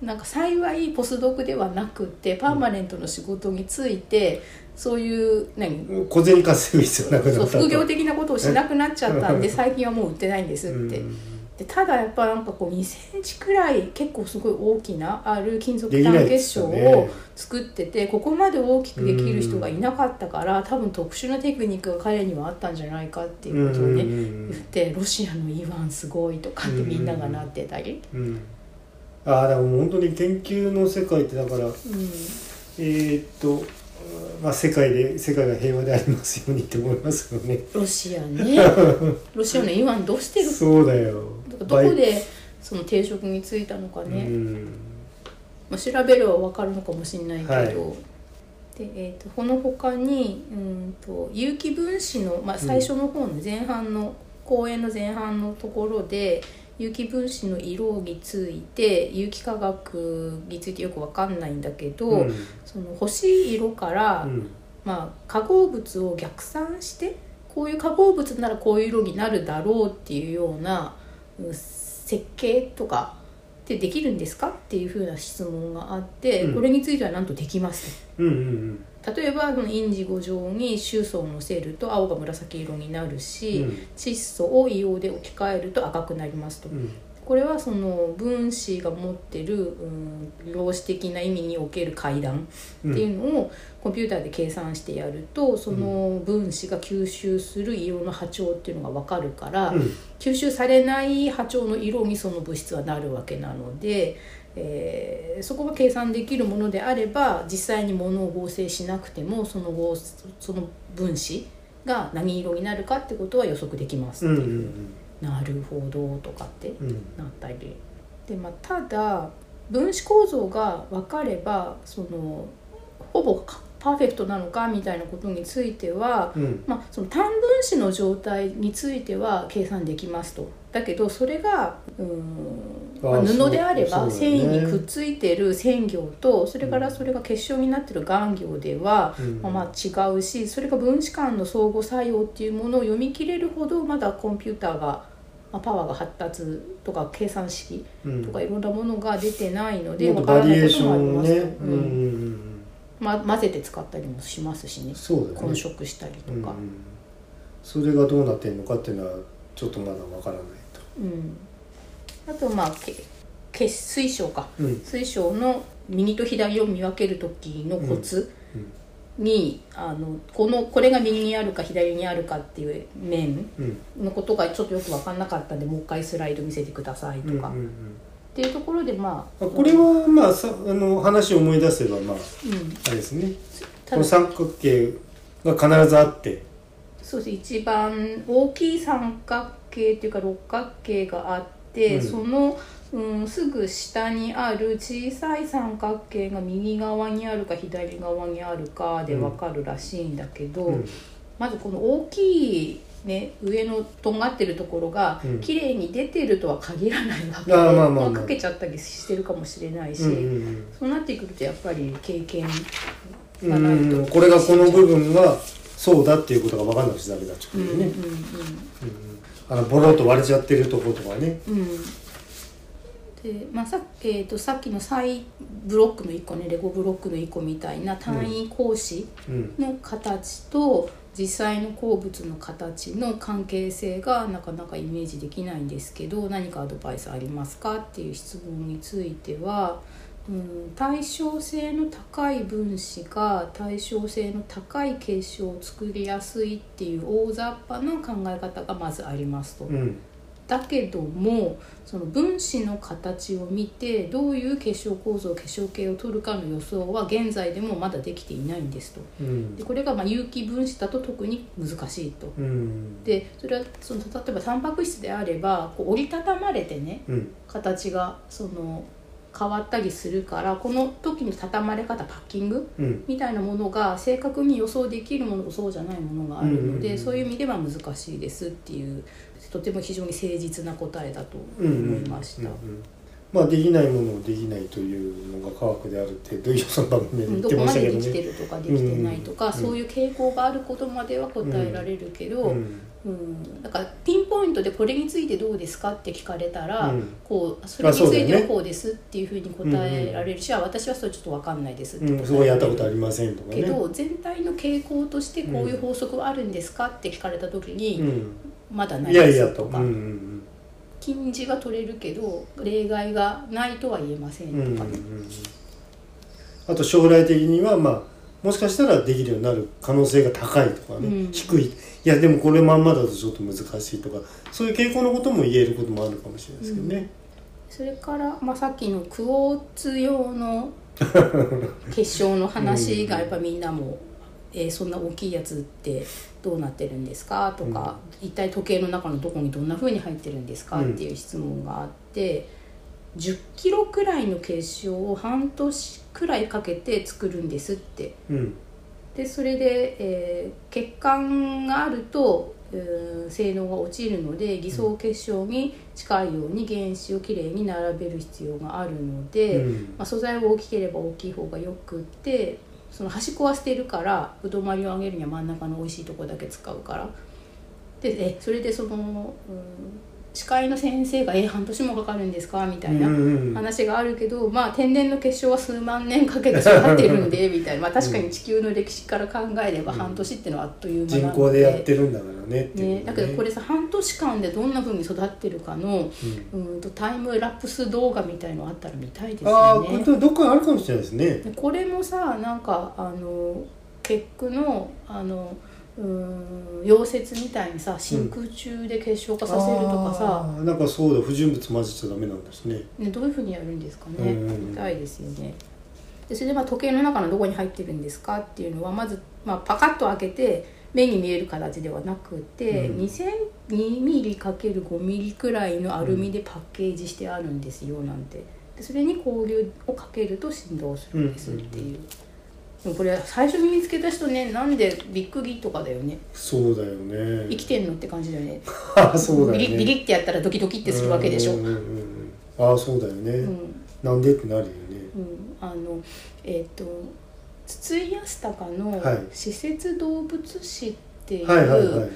Speaker 2: なんか幸いポスドクではなくてパーマネントの仕事についてそういう何
Speaker 1: 小銭稼ぐ必要なくなっ
Speaker 2: そ
Speaker 1: た
Speaker 2: う
Speaker 1: と
Speaker 2: 副業的なことをしなくなっちゃったん
Speaker 1: う
Speaker 2: で
Speaker 1: ん
Speaker 2: 最近はもう売ってないんですって。
Speaker 1: うん
Speaker 2: ででただやっぱなんかこう2センチくらい結構すごい大きなある金属
Speaker 1: できない
Speaker 2: 単
Speaker 1: で
Speaker 2: 結
Speaker 1: す
Speaker 2: 晶
Speaker 1: よ
Speaker 2: を
Speaker 1: ね。
Speaker 2: 作っててここまで大きくできる人がいなかったから多分特殊なテクニックが彼にはあったんじゃないかっていうことをね、
Speaker 1: うん
Speaker 2: 言ってロシアのイワンすごいとかってみんながなってたり、
Speaker 1: うんうん、ああでも本当に研究の世界ってだから
Speaker 2: うん、
Speaker 1: えーっと、まあ、世界で世界が平和でありますようにって思いますよね。
Speaker 2: ロシア ねロシアのイワンどうしてる
Speaker 1: そうだよ。
Speaker 2: どこでその定職に就いたのか
Speaker 1: バイ
Speaker 2: ね、
Speaker 1: うん、
Speaker 2: まあ、調べればわかるのかもしれないけど、
Speaker 1: はい
Speaker 2: でえー、とこの他にうんと有機分子の、まあ、最初の方の前半の、講演の前半のところで有機分子の色について有機化学についてよくわかんないんだけど、
Speaker 1: うん
Speaker 2: その欲しい色から、
Speaker 1: うん
Speaker 2: まあ、化合物を逆算してこういう化合物ならこういう色になるだろうっていうようなうん設計とかってできるんですかっていうふうな質問があって、
Speaker 1: うん
Speaker 2: これについてはなんとできます
Speaker 1: うんうん
Speaker 2: と例えばこのインジゴ状に臭素を乗せると青が紫色になる
Speaker 1: う
Speaker 2: し、
Speaker 1: ん
Speaker 2: 窒素を硫黄で置き換えると赤くなりますと
Speaker 1: うん
Speaker 2: これはその分子が持ってるうん量子的な意味における階段
Speaker 1: うん
Speaker 2: っていうのをコンピューターで計算してやるとその分子が吸収する色の波長っていうのが分かるから、
Speaker 1: うん
Speaker 2: 吸収されない波長の色にその物質はなるわけなので、えーそこが計算できるものであれば実際に物を合成しなくてもその合その分子が何色になるかってことは予測できます
Speaker 1: うん
Speaker 2: っ
Speaker 1: う
Speaker 2: ていう、
Speaker 1: ん
Speaker 2: なるほどとかって
Speaker 1: うん
Speaker 2: なったりで、まあ、ただ分子構造が分かればそのほぼかパーフェクトなのかみたいなことについては、
Speaker 1: うん
Speaker 2: まあ、その単分子の状態については計算できますと。だけどそれがうーん、まあ
Speaker 1: ああそう
Speaker 2: 布であれ
Speaker 1: そうだ
Speaker 2: ば
Speaker 1: ね
Speaker 2: 繊維にくっついてる繊維業とそれからそれが結晶になってる顔料では、
Speaker 1: うん
Speaker 2: まあ、まあ違うしそれが分子間の相互作用っていうものを読み切れるほどまだコンピューターが、まあ、パワーが発達とか計算式
Speaker 1: うん
Speaker 2: とかいろんなものが出てないので
Speaker 1: もっ
Speaker 2: わ
Speaker 1: と
Speaker 2: か
Speaker 1: バ
Speaker 2: ら
Speaker 1: リ
Speaker 2: な
Speaker 1: エ
Speaker 2: い
Speaker 1: ー
Speaker 2: こ
Speaker 1: シ
Speaker 2: と
Speaker 1: ョ
Speaker 2: もあり
Speaker 1: ンを
Speaker 2: ま
Speaker 1: ね
Speaker 2: すと、
Speaker 1: う
Speaker 2: うん
Speaker 1: うんうん
Speaker 2: ま、混ぜて使ったりもしますしね
Speaker 1: そうだよ
Speaker 2: 混
Speaker 1: ね
Speaker 2: 色したりと
Speaker 1: うんう
Speaker 2: か、
Speaker 1: んそれがどうなってんのかっていうのはちょっとまだわからないと
Speaker 2: うんあとまあけ結水晶か
Speaker 1: うん
Speaker 2: 水晶の右と左を見分ける時のコツ
Speaker 1: うん
Speaker 2: に、あのこのこれが右にあるか左にあるかっていう面
Speaker 1: うん
Speaker 2: のことがちょっとよく分かんなかったんでもう一回スライド見せてくださいと
Speaker 1: うんうん
Speaker 2: か、
Speaker 1: う
Speaker 2: っ
Speaker 1: ん
Speaker 2: ていうところでまあ
Speaker 1: あこれ、はまあさあの話を思い出せばまあ
Speaker 2: うん、
Speaker 1: あれですねこ
Speaker 2: た
Speaker 1: の
Speaker 2: だ
Speaker 1: 三角形が必ずあって
Speaker 2: そうです一番大きい三角形っていうか六角形があって、
Speaker 1: うん
Speaker 2: その、うん、すぐ下にある小さい三角形が右側にあるか左側にあるかで分かるらしいんだけど、
Speaker 1: うん
Speaker 2: まずこの大きい、ね、上のとんがってるところが
Speaker 1: うん
Speaker 2: 綺麗に出てるとは限らないわけで、
Speaker 1: あーまあまあまあ
Speaker 2: かけちゃったりしてるかもしれないし、
Speaker 1: うんうん
Speaker 2: そうなってくるとやっぱり経験
Speaker 1: うん
Speaker 2: がないと、
Speaker 1: うんこれがこの部分がそうだっていうことが分かんなくてダメだっちゃう
Speaker 2: うんん
Speaker 1: だ
Speaker 2: う
Speaker 1: よね、
Speaker 2: んう
Speaker 1: う
Speaker 2: ん
Speaker 1: んうんあのボロッと割れちゃってるところとかね
Speaker 2: うんでまあさ,、えー、とさっきのサイブロックの1個ねレゴブロックの1個みたいな単位格子
Speaker 1: うん
Speaker 2: の形と実際の鉱物の形の関係性がなかなかイメージできないんですけど何かアドバイスありますかっていう質問については、うん、対称性の高い分子が対称性の高い結晶を作りやすいっていう大雑把な考え方がまずありますと。
Speaker 1: うん
Speaker 2: だけどもその分子の形を見てどういう結晶構造結晶形を取るかの予想は現在でもまだできていないんですと。
Speaker 1: うん
Speaker 2: でこれがまあ有機分子だと特に難しいと。
Speaker 1: うん
Speaker 2: でそれはその例えばタンパク質であればこう折りたたまれてね
Speaker 1: うん
Speaker 2: 形がその変わったりするからこの時の畳まれ方パッキング
Speaker 1: うん
Speaker 2: みたいなものが正確に予想できるものとそうじゃないものがあるので、
Speaker 1: うんうんうん
Speaker 2: そういう意味では難しいですっていうとても非常に誠実な答えだと
Speaker 1: うんうん
Speaker 2: 思いました。
Speaker 1: うんうんまあできないものをできないというのが科学であるって土井さん番組で言っ
Speaker 2: ど
Speaker 1: て
Speaker 2: こ
Speaker 1: ま
Speaker 2: ま
Speaker 1: した
Speaker 2: で
Speaker 1: け
Speaker 2: で
Speaker 1: ど
Speaker 2: きて
Speaker 1: ね。
Speaker 2: るとかできてないとか、
Speaker 1: うんうんうん
Speaker 2: そういう傾向があることまでは答えられるけど、
Speaker 1: うん
Speaker 2: うん、だからピンポイントでこれについてどうですかって聞かれたら、
Speaker 1: うん
Speaker 2: こうそれについ
Speaker 1: そうだ
Speaker 2: て
Speaker 1: よ
Speaker 2: は
Speaker 1: ね
Speaker 2: こうですっていうふうに答えられるし、あ私はそれちょっと分かんないですって
Speaker 1: うん、そこやったことあ
Speaker 2: る
Speaker 1: りませんとか
Speaker 2: け
Speaker 1: ね。
Speaker 2: ど、全体の傾向としてこういう法則はあるんですかって聞かれた時に、
Speaker 1: う
Speaker 2: まだ
Speaker 1: ん、
Speaker 2: ない
Speaker 1: いや
Speaker 2: で
Speaker 1: いや
Speaker 2: す
Speaker 1: と。
Speaker 2: と
Speaker 1: うん
Speaker 2: か、
Speaker 1: うん
Speaker 2: 禁じは取れるけど例外がないとは言えません
Speaker 1: うんうん
Speaker 2: とか、
Speaker 1: うんあと将来的にはまあもしかしたらできるようになる可能性が高いとかね、
Speaker 2: うん
Speaker 1: 低いいやでもこれまんまだとちょっと難しいとかそういう傾向のことも言えることもあるかもしれないですけどね、
Speaker 2: それから、まあ、さっきのクォーツ 用の結晶の話がやっぱみんなも「えーそんな大きいやつってどうなってるんですか?」とか、一体時計の中のどこにどんな風に入ってるんですか?」
Speaker 1: うん
Speaker 2: っていう質問があって。10キロくらいの結晶を半年くらいかけて作るんですって
Speaker 1: うん
Speaker 2: でそれで、えー血管があると、えー性能が落ちるので偽装結晶に近いように原子をきれいに並べる必要があるので、
Speaker 1: うん
Speaker 2: まあ、素材は大きければ大きい方がよくってその端っこは捨てるからぶどまりをあげるには真ん中の美味しいとこだけ使うからでえそれでその、うん、歯科医の先生が「え半年もかかるんですか?」みたいな
Speaker 1: うんうんうん
Speaker 2: 話があるけど、まあ、天然の結晶は数万年かけて育ってる んでみたいな、まあ、確かに地球の歴史から考えれば半年ってのはあっという間
Speaker 1: 人
Speaker 2: な
Speaker 1: 工
Speaker 2: の
Speaker 1: で
Speaker 2: で
Speaker 1: やってるんだからねっていう
Speaker 2: ね、だけどこれさ半年間でどんな風に育ってるかの
Speaker 1: うん
Speaker 2: うんとタイムラプス動画みたいのあったら見たいです
Speaker 1: ああ
Speaker 2: よ
Speaker 1: 本
Speaker 2: ね。
Speaker 1: 当にどっかにあるかもしれないですね
Speaker 2: でこれもさなんかあの結句のあのうん溶接みたいにさ真空中で結晶化させるとかさ、
Speaker 1: あーなんかそうだ不純物混ぜちゃダメなんですね
Speaker 2: ね、どういう風にやるんですかね。
Speaker 1: うんうんうん
Speaker 2: みたいですよね。でそれでまあ時計の中のどこに入ってるんですかっていうのはまず、まあ、パカッと開けて目に見える形ではなくて、
Speaker 1: うん
Speaker 2: 2002mm×5mm くらいのアルミでパッケージしてあるんですよなんてでそれに交流をかけると振動するんですっていう。でもこれ最初に見つけた人ねなんでビッグギとかだよね
Speaker 1: そうだよね
Speaker 2: 生きてんのって感じだよね
Speaker 1: ああ そうだよね
Speaker 2: ビリッビリッってやったらドキドキってするわけでしょ、
Speaker 1: うんうんうんうんああそうだよね、
Speaker 2: うん、
Speaker 1: なんでってなるよね
Speaker 2: うん、あのえっ、と筒井康隆の
Speaker 1: はい
Speaker 2: 施設動物誌っていう、
Speaker 1: はい
Speaker 2: い
Speaker 1: はいは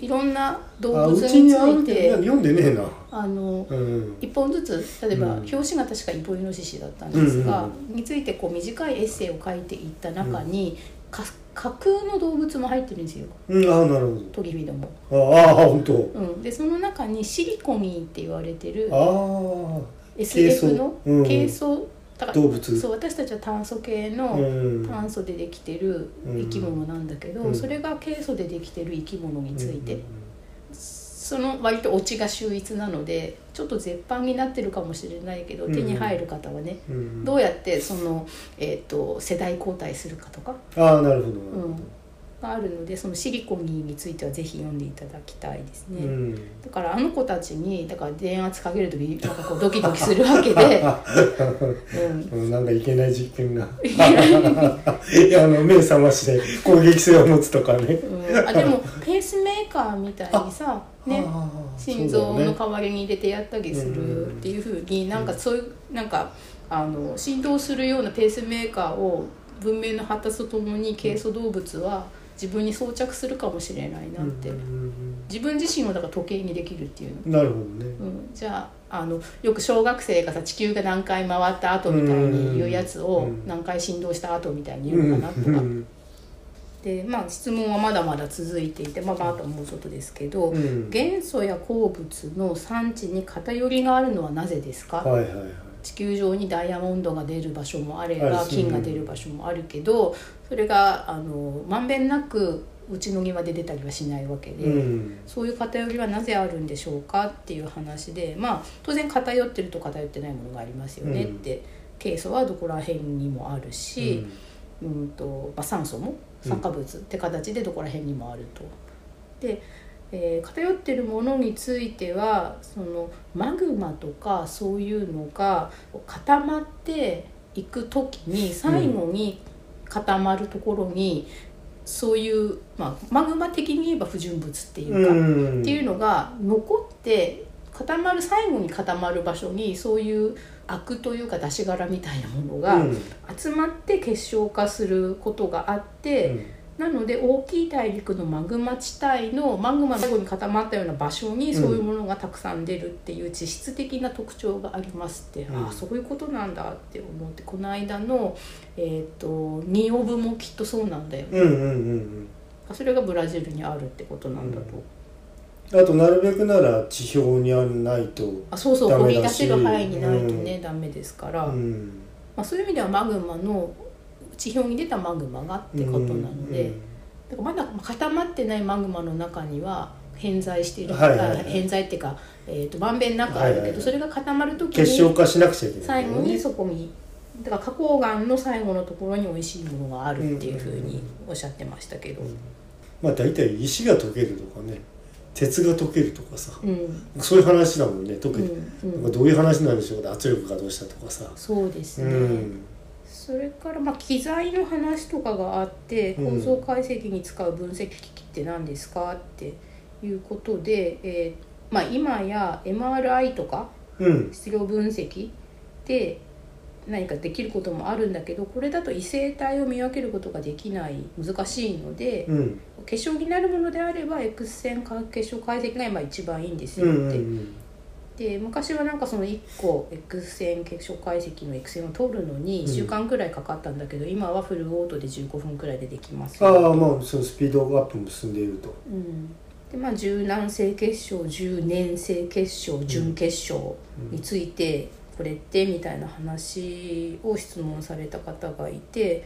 Speaker 1: い
Speaker 2: ろんな動
Speaker 1: あ
Speaker 2: 物
Speaker 1: う
Speaker 2: につ
Speaker 1: ちにある
Speaker 2: い
Speaker 1: って
Speaker 2: て
Speaker 1: いや
Speaker 2: あ
Speaker 1: 読んでねえな
Speaker 2: の
Speaker 1: うん
Speaker 2: 一本ずつ例えば、
Speaker 1: うん
Speaker 2: 表紙が確かイボイノシシだったんですが、
Speaker 1: うんう
Speaker 2: についてこう短いエッセイを書いていった中に、か架空の動物も入ってるんですよ
Speaker 1: うんああなる
Speaker 2: トギフィドも、
Speaker 1: ほどああ本当
Speaker 2: うん、でその中にシリコミンって言われてる
Speaker 1: あ
Speaker 2: SF の
Speaker 1: 珪藻うん
Speaker 2: 珪藻だ
Speaker 1: あ
Speaker 2: から
Speaker 1: 動物
Speaker 2: そう私たちは炭素系の、
Speaker 1: うん
Speaker 2: 炭素でできてる生き物なんだけど、
Speaker 1: うん
Speaker 2: それがケイ素でできてる生き物について、
Speaker 1: うん
Speaker 2: その割とオチが秀逸なのでちょっと絶版になってるかもしれないけど
Speaker 1: うん
Speaker 2: 手に入る方はね、
Speaker 1: うんうん
Speaker 2: どうやってその、えー、と世代交代するかとか、
Speaker 1: ああなるほどなる
Speaker 2: うんがあるのでそのシリコニーについてはぜひ読んでいただきたいです
Speaker 1: ほ
Speaker 2: ね。
Speaker 1: どうん
Speaker 2: だからあの子たちにだから電圧かけるときになんかこうドキドキするわ けで、うん、
Speaker 1: うんなんかいけない実験が いやあの目覚まして攻撃性を持つとかね
Speaker 2: うんあでもペースメーカーみたいにさ、ね、
Speaker 1: ああそ
Speaker 2: 心臓
Speaker 1: うだよ
Speaker 2: の
Speaker 1: ね
Speaker 2: 代わりに入れてやったりするっていう風になんかそういうなんかあの振動するようなペースメーカーを文明の発達とともに軽素動物は自分に装着するかもしれないなって
Speaker 1: うんうん
Speaker 2: 自分自身をだから時計にできるっていうの。
Speaker 1: うんなるほどね
Speaker 2: うん、じゃああのよく小学生がさ地球が何回回った後みたいに言うやつを
Speaker 1: うん
Speaker 2: 何回振動した後みたいに
Speaker 1: う
Speaker 2: 言
Speaker 1: ん
Speaker 2: う
Speaker 1: う
Speaker 2: のかなとか、
Speaker 1: ん
Speaker 2: でまあ質問はまだまだ続いていてまあまあと思うことですけど、
Speaker 1: うん
Speaker 2: 元素や鉱物の産地に偏りがあるのはなぜですか、
Speaker 1: はいはいはい
Speaker 2: 地球上にダイヤモンドが出る場所もあれ
Speaker 1: あ
Speaker 2: ば
Speaker 1: るし
Speaker 2: 金が出る場所もあるけどそれがあのまんべんなくうちの庭で出たりはしないわけで。
Speaker 1: うん
Speaker 2: そういう偏りはなぜあるんでしょうかっていう話でまあ当然偏ってると偏ってないものがありますよねって、ケイ素はどこら辺にもあるし、うんとまあ、酸素も酸化物って形でどこら辺にもあると。で、えー偏ってるものについてはそのマグマとかそういうのが固まっていく時に最後に固まるところに、そういう、まあ、マグマ的に言えば不純物っていうか、
Speaker 1: うん
Speaker 2: っていうのが残って固まる最後に固まる場所にそういうアクというか出し殻みたいなものが。
Speaker 1: うん
Speaker 2: 集まって結晶化することがあって、なので大きい大陸のマグマ地帯のマグマが最後に固まったような場所にそういうものがたくさん出るっていう地質的な特徴がありますって、
Speaker 1: うん
Speaker 2: ああそういうことなんだって思ってこの間の、えー、とニオブもきっとそうなんだよね、
Speaker 1: うんうんうんうん
Speaker 2: それがブラジルにあるってことなんだと。
Speaker 1: あとなるべくなら地表にあるないと、
Speaker 2: あそうそう
Speaker 1: ダ
Speaker 2: 掘
Speaker 1: メ
Speaker 2: り
Speaker 1: だ
Speaker 2: 出
Speaker 1: し
Speaker 2: せる範囲にないとね、ダメですから、
Speaker 1: うん、
Speaker 2: まあ、そういう意味ではマグマの地表に出たマグマがってことなので、だからまだ固まってないマグマの中には偏在してる、
Speaker 1: はいはいはい
Speaker 2: あ偏在っていうか、えー、とまんべんなくあ
Speaker 1: は
Speaker 2: るけど、
Speaker 1: いはいはい
Speaker 2: それが固まる時
Speaker 1: 結晶
Speaker 2: に
Speaker 1: 化しなくちゃいけない
Speaker 2: 最
Speaker 1: んだ
Speaker 2: 後
Speaker 1: よね、
Speaker 2: にそこにだから花崗岩の最後のところに美味しいものがあるっていうふうにおっしゃってましたけど、
Speaker 1: まあ大体石が溶けるとかね鉄が溶けるとかさ
Speaker 2: うん
Speaker 1: そういう話だもんね溶
Speaker 2: う
Speaker 1: けて、
Speaker 2: んうん
Speaker 1: なんかどういう話なんでしょうか圧力がどうしたとかさ
Speaker 2: そうです
Speaker 1: う
Speaker 2: ね、
Speaker 1: ん
Speaker 2: それからまあ機材の話とかがあって
Speaker 1: うん
Speaker 2: 構造解析に使う分析機器って何ですかっていうことで、えーまあ、今や MRI とか
Speaker 1: うん
Speaker 2: 質量分析で何かできることもあるんだけどこれだと異性体を見分けることができない難しいので、
Speaker 1: うん
Speaker 2: 化粧になるものであれば X 線化粧解析が今一番いいんです
Speaker 1: う
Speaker 2: よっ
Speaker 1: んう
Speaker 2: て。
Speaker 1: ん
Speaker 2: で昔はなんかその1個 X 線結晶解析の X 線を取るのに1週間くらいかかったんだけど、今はフルオートで15分くらいでできます
Speaker 1: あ
Speaker 2: よ
Speaker 1: あまあそのスピードアップも進んでいると
Speaker 2: うんでまあ、柔軟性結晶柔粘性結晶準結晶についてこれってみたいな話を質問された方がいて、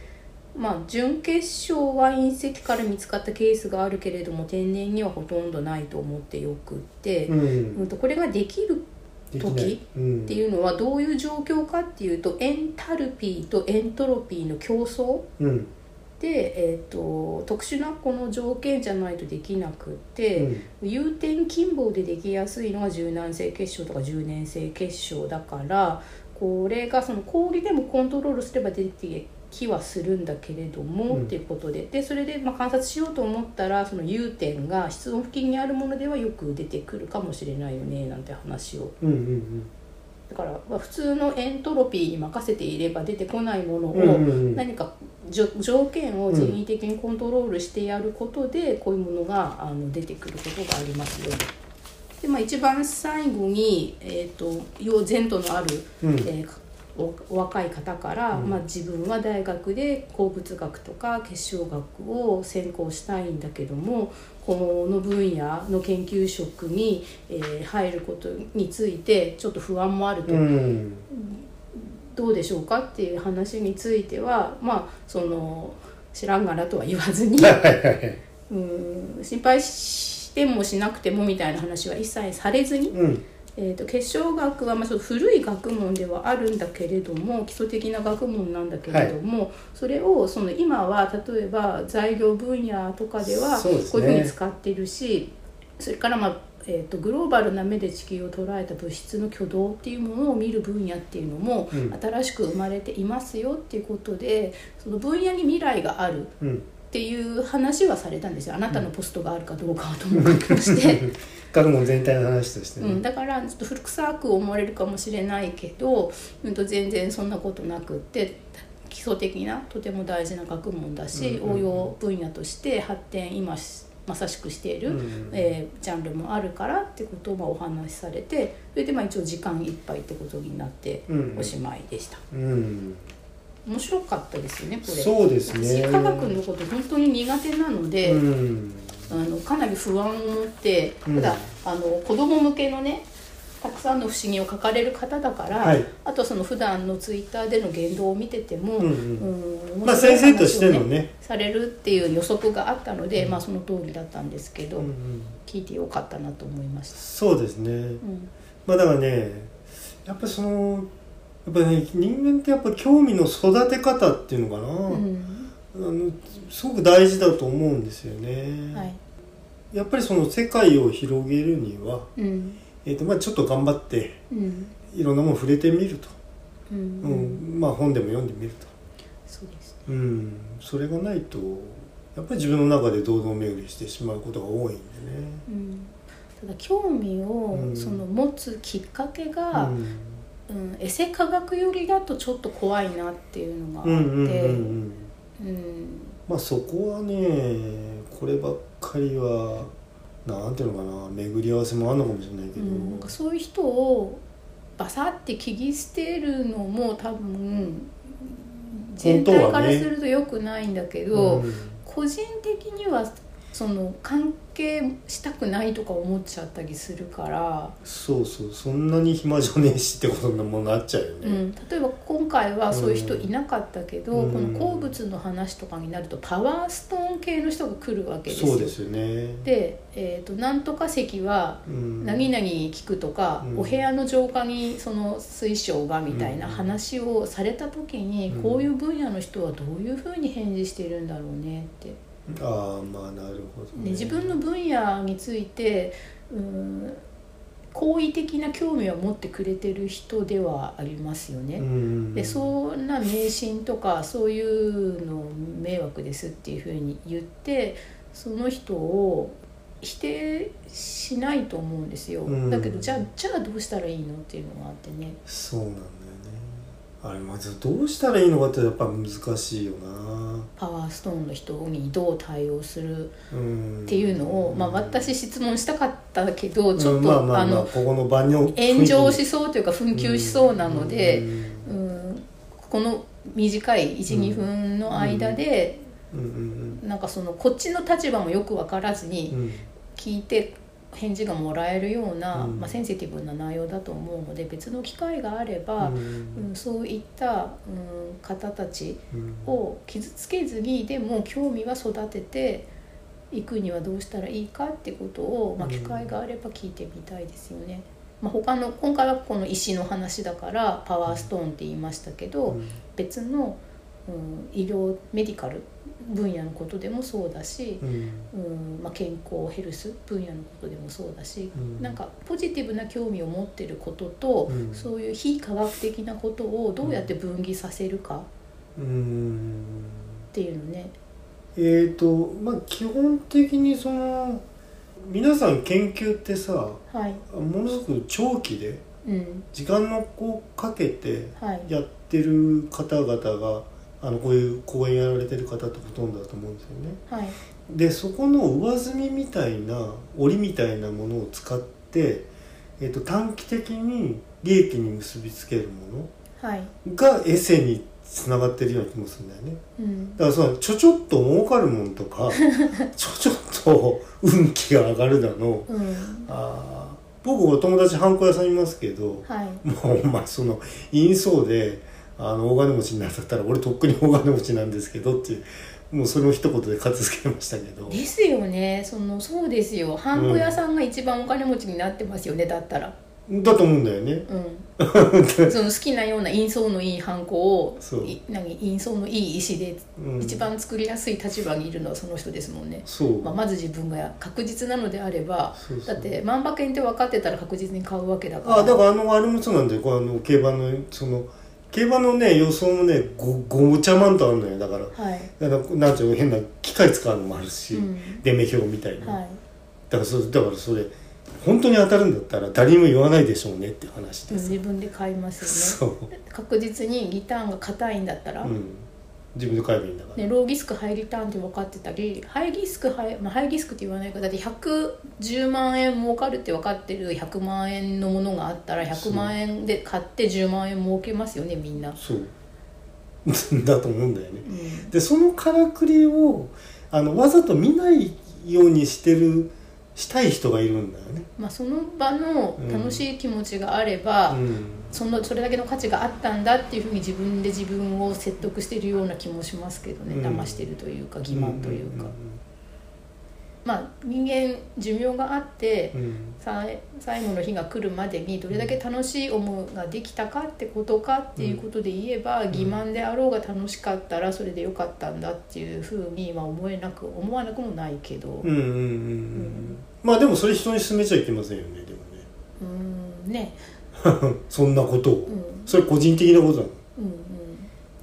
Speaker 2: まあ、準結晶は隕石から見つかったケースがあるけれども天然にはほとんどないと思ってよくって、
Speaker 1: う
Speaker 2: うんん、とこれができる
Speaker 1: できない
Speaker 2: 時
Speaker 1: うん
Speaker 2: っていうのはどういう状況かっていうとエンタルピーとエントロピーの競争
Speaker 1: うん
Speaker 2: で、えー、と特殊なこの条件じゃないとできなく
Speaker 1: う
Speaker 2: て、
Speaker 1: ん
Speaker 2: 融点金棒でできやすいのが柔軟性結晶とか柔粘性結晶だからこれがその氷でもコントロールすれば出てきはするんだけれども、
Speaker 1: うん
Speaker 2: っていうことででそれでまあ観察しようと思ったらその融点が室温付近にあるものではよく出てくるかもしれないよねなんて話を
Speaker 1: うんうん
Speaker 2: だからまあ普通のエントロピーに任せていれば出てこないもの
Speaker 1: うんうん
Speaker 2: を
Speaker 1: うん
Speaker 2: 何かじょ条件を人為的にコントロールしてやることでこういうものがあの出てくることがありますよ。でまあ、一番最後に、えー、と要前途のある、
Speaker 1: うん
Speaker 2: えーおお若い方から、まあ、自分は大学で鉱物学とか結晶学を専攻したいんだけどもこの分野の研究職に、えー入ることについてちょっと不安もあると
Speaker 1: うん
Speaker 2: どうでしょうかっていう話についてはまあその知らんがらとは言わずに
Speaker 1: はいはいはい
Speaker 2: うん心配してもしなくてもみたいな話は一切されずに、
Speaker 1: うん
Speaker 2: えー、と結晶学はまあちょっと古い学問ではあるんだけれども基礎的な学問なんだけれども、それをその今は例えば材料分野とかでは
Speaker 1: そうですね
Speaker 2: こういうふうに使ってるしそれからまあえー、とグローバルな目で地球を捉えた物質の挙動っていうものを見る分野っていうのも
Speaker 1: うん
Speaker 2: 新しく生まれていますよっていうことでその分野に未来がある
Speaker 1: うん
Speaker 2: っていう話はされたんですよあなたのポストがあるかどうかはともかくとして。
Speaker 1: 学問全体の話として
Speaker 2: うん、
Speaker 1: ね
Speaker 2: だからちょっと古臭く思われるかもしれないけど、うん、と全然そんなことなくって基礎的なとても大事な学問だし、
Speaker 1: うんうんうん
Speaker 2: 応用分野として発展今しまさしくしている、
Speaker 1: うんうん
Speaker 2: えージャンルもあるからってことをまあお話しされてそれでまあ一応時間いっぱいってことになって
Speaker 1: うん
Speaker 2: おしまいでした。
Speaker 1: うん
Speaker 2: 面白かったですよねこれ
Speaker 1: そうですね
Speaker 2: 私科学のこと本当に苦手なので、
Speaker 1: うん
Speaker 2: あのかなり不安を持って
Speaker 1: うん
Speaker 2: ただ、あの子供向けのねたくさんの不思議を書かれる方だから、
Speaker 1: はい
Speaker 2: あとはその普段のツイッターでの言動を見てても、
Speaker 1: うん
Speaker 2: うん
Speaker 1: まあ
Speaker 2: 面白い話
Speaker 1: 先
Speaker 2: を
Speaker 1: 生としてのね
Speaker 2: されるっていう予測があったので、まあ、その通りだったんですけど、
Speaker 1: うんうん
Speaker 2: 聞いてよかったなと思いました。
Speaker 1: そうですね
Speaker 2: うん
Speaker 1: まあだからねやっぱりそのやっぱね人間ってやっぱ興味の育て方っていうのか
Speaker 2: うん
Speaker 1: な、あのすごく大事だと思うんですよね、
Speaker 2: はい
Speaker 1: やっぱりその世界を広げるには、
Speaker 2: うん
Speaker 1: えーとまあ、ちょっと頑張って
Speaker 2: うん
Speaker 1: いろんなもの触れてみると、
Speaker 2: うん
Speaker 1: うんまあ本でも読んでみると、
Speaker 2: そうです
Speaker 1: うん、それがないとやっぱり自分の中で堂々巡りしてしまうことが多いんでね。
Speaker 2: うんただ興味を
Speaker 1: うん
Speaker 2: その持つきっかけ
Speaker 1: う
Speaker 2: が、
Speaker 1: ん
Speaker 2: うん、エセ科学寄りだとちょっと怖いなっていうのがあっ
Speaker 1: う
Speaker 2: て、
Speaker 1: んうんうんうん
Speaker 2: うん
Speaker 1: まあそこはねこればっかりはなんていうのかな巡り合わせもあるのかもしれないけ
Speaker 2: う
Speaker 1: ど、
Speaker 2: んなんかそういう人をバサって切り捨てるのも多分全体からすると良くないんだけど、
Speaker 1: うん
Speaker 2: 個人的にはその関係したくないとか思っちゃったりするから、
Speaker 1: そうそうそんなに暇じゃねえしってことにもなっちゃうよ
Speaker 2: う
Speaker 1: ね、
Speaker 2: ん、例えば今回はそういう人いなかったけど、
Speaker 1: うん
Speaker 2: この鉱物の話とかになるとパワーストーン系の人が来るわけですよ
Speaker 1: そうですよね
Speaker 2: で、えー、となんとか席は
Speaker 1: うん
Speaker 2: 何々聞くとか、
Speaker 1: うん
Speaker 2: お部屋の浄化にその水晶がみたいな
Speaker 1: うん
Speaker 2: 話をされた時に、
Speaker 1: うん
Speaker 2: こういう分野の人はどういうふうに返事してるんだろうねって、ね
Speaker 1: ああまあなるほど、ね、
Speaker 2: 自分の分野についてうーん好意的な興味を持ってくれてる人ではありますよね。
Speaker 1: うん
Speaker 2: でそんな迷信とかそういうの迷惑ですっていうふうに言ってその人を否定しないと思うんですよ、
Speaker 1: うん
Speaker 2: だけどじゃあじゃあどうしたらいいのっていうのがあってね
Speaker 1: そうなんだよねあれまずどうしたらいいのかってやっぱ難しいよな
Speaker 2: パワーストーンの人にどう対応する
Speaker 1: うん
Speaker 2: っていうのを、まあ、私質問したかったけどちょっ
Speaker 1: うんまあま
Speaker 2: とあ
Speaker 1: あまあ
Speaker 2: の
Speaker 1: ここの場に
Speaker 2: 炎上しそうというか紛糾しそうなので。
Speaker 1: うん
Speaker 2: うんこの短い12分の間で、
Speaker 1: うんうん
Speaker 2: なんかそのこっちの立場もよく分からずに
Speaker 1: うんうん
Speaker 2: 聞いて返事がもらえるような、
Speaker 1: うん
Speaker 2: まあ、センシティブな内容だと思うので別の機会があれば、
Speaker 1: う
Speaker 2: うん
Speaker 1: ん
Speaker 2: そういった、うん、方たち
Speaker 1: うん
Speaker 2: を傷つけずにでも興味は育てていくにはどうしたらいいかってことを、まあ、
Speaker 1: うん
Speaker 2: 機会があれば聞いてみたいですよね。まあ、他の今回はこの石の話だからパワーストーンって言いましたけど、
Speaker 1: うん
Speaker 2: 別の、うん、医療メディカル分野のことでもそうだし、
Speaker 1: うん
Speaker 2: うんまあ、健康ヘルス分野のことでもそうだし、
Speaker 1: うん
Speaker 2: なんかポジティブな興味を持ってることと、
Speaker 1: うん
Speaker 2: そういう非科学的なことをどうやって分岐させるかっ
Speaker 1: うん
Speaker 2: ていうのね、
Speaker 1: えーとまあ基本的にその皆さん研究ってさ
Speaker 2: はい、
Speaker 1: ものすごく長期で
Speaker 2: うん
Speaker 1: 時間のこうかけて
Speaker 2: はい、
Speaker 1: やってる方々があのこういう講演やられてる方ってほとんどだと思うんですよね。
Speaker 2: はい、
Speaker 1: でそこの上積みみたいな折りみたいなものを使って、えっと短期的に利益に結びつけるも
Speaker 2: はい、
Speaker 1: のがエセにつながってるような気もするんだよね。
Speaker 2: うん、
Speaker 1: だからそのちょちょっと儲かるもんと かちょちょっと運気が上がるだの
Speaker 2: うん、
Speaker 1: あー僕お友達ハンコ屋さんいますけど、
Speaker 2: はい、
Speaker 1: もうお前その陰相であの大金持ちになったら俺とっくに大金持ちなんですけどっていうもうそれを一言で片付けましたけど
Speaker 2: ですよね、そのそうですよ、ハンコ屋さんが一番お金持ちになってますよね、だったら、
Speaker 1: だと思うんだよね
Speaker 2: うん、その好きなような印象のいいハンコを
Speaker 1: そう
Speaker 2: い何印象のいい石で
Speaker 1: うん
Speaker 2: 一番作りやすい立場にいるのはその人ですもんね、
Speaker 1: そう、
Speaker 2: まあ、まず自分が確実なのであれば
Speaker 1: そうそう
Speaker 2: だって万馬券って分かってたら確実に買うわけだから
Speaker 1: あだからあのあれもそうなんだよこうあの競馬のその競馬のね予想もねごごちゃまんとあるのよだから
Speaker 2: はい、
Speaker 1: だからなんていうの変な機械使うのもあるし、
Speaker 2: うん
Speaker 1: 出目表みたいな、
Speaker 2: はい、
Speaker 1: だからそだからそれ本当に当たるんだったら誰にも言わないでしょうねって話
Speaker 2: うん
Speaker 1: です、
Speaker 2: 自分で買いますよね
Speaker 1: そう
Speaker 2: 確実にリターンが硬いんだったら、
Speaker 1: うん、自分で買えばいいんだから、
Speaker 2: ね、ローリスクハイリターンって分かってたりハイリスクハイ,、まあ、ハイリスクって言わないからだって110万円儲かるって分かってる100万円のものがあったら100万円で買って10万円儲けますよねみんな。
Speaker 1: そうだと思うん だよね
Speaker 2: うん
Speaker 1: でそのからくりをあのわざと見ないようにしてるしたい人がいるんだよね、
Speaker 2: まあ、その場の楽しい気持ちがあれば、
Speaker 1: うん、
Speaker 2: そのそれだけの価値があったんだっていうふうに自分で自分を説得してるような気もしますけどね、
Speaker 1: うん
Speaker 2: 騙してるというか欺瞞というか、
Speaker 1: ん
Speaker 2: まあ人間寿命があって、
Speaker 1: うんうん
Speaker 2: さ最後の日が来るまでにどれだけ楽しい思いができたかってことかっていうことで言えば、欺瞞であろうが楽しかったらそれでよかったんだっていうふうに、まあ、思えなく思わなくもないけど、
Speaker 1: うんうんうんうんまあでもそれ人に勧めちゃいけませんよねでも
Speaker 2: うーんね
Speaker 1: ね そんなことを、
Speaker 2: うんうん
Speaker 1: それ個人的なことな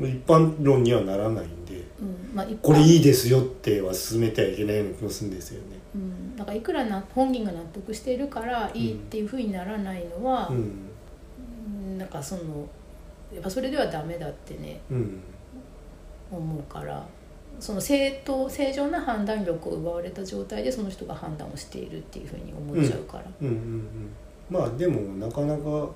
Speaker 2: うん
Speaker 1: の一般論にはならないんで
Speaker 2: うんまあ一般
Speaker 1: これいいですよっては勧めてはいけないような気もするんですよね
Speaker 2: うん、だからいくらな本人が納得しているからいいっていうふうにならないのは、
Speaker 1: うん
Speaker 2: うんなんかそのやっぱそれではダメだってね
Speaker 1: うん
Speaker 2: 思うからその正当正常な判断力を奪われた状態でその人が判断をしているっていうふうに思っちゃうから、
Speaker 1: うんうんうんまあでもなかなかう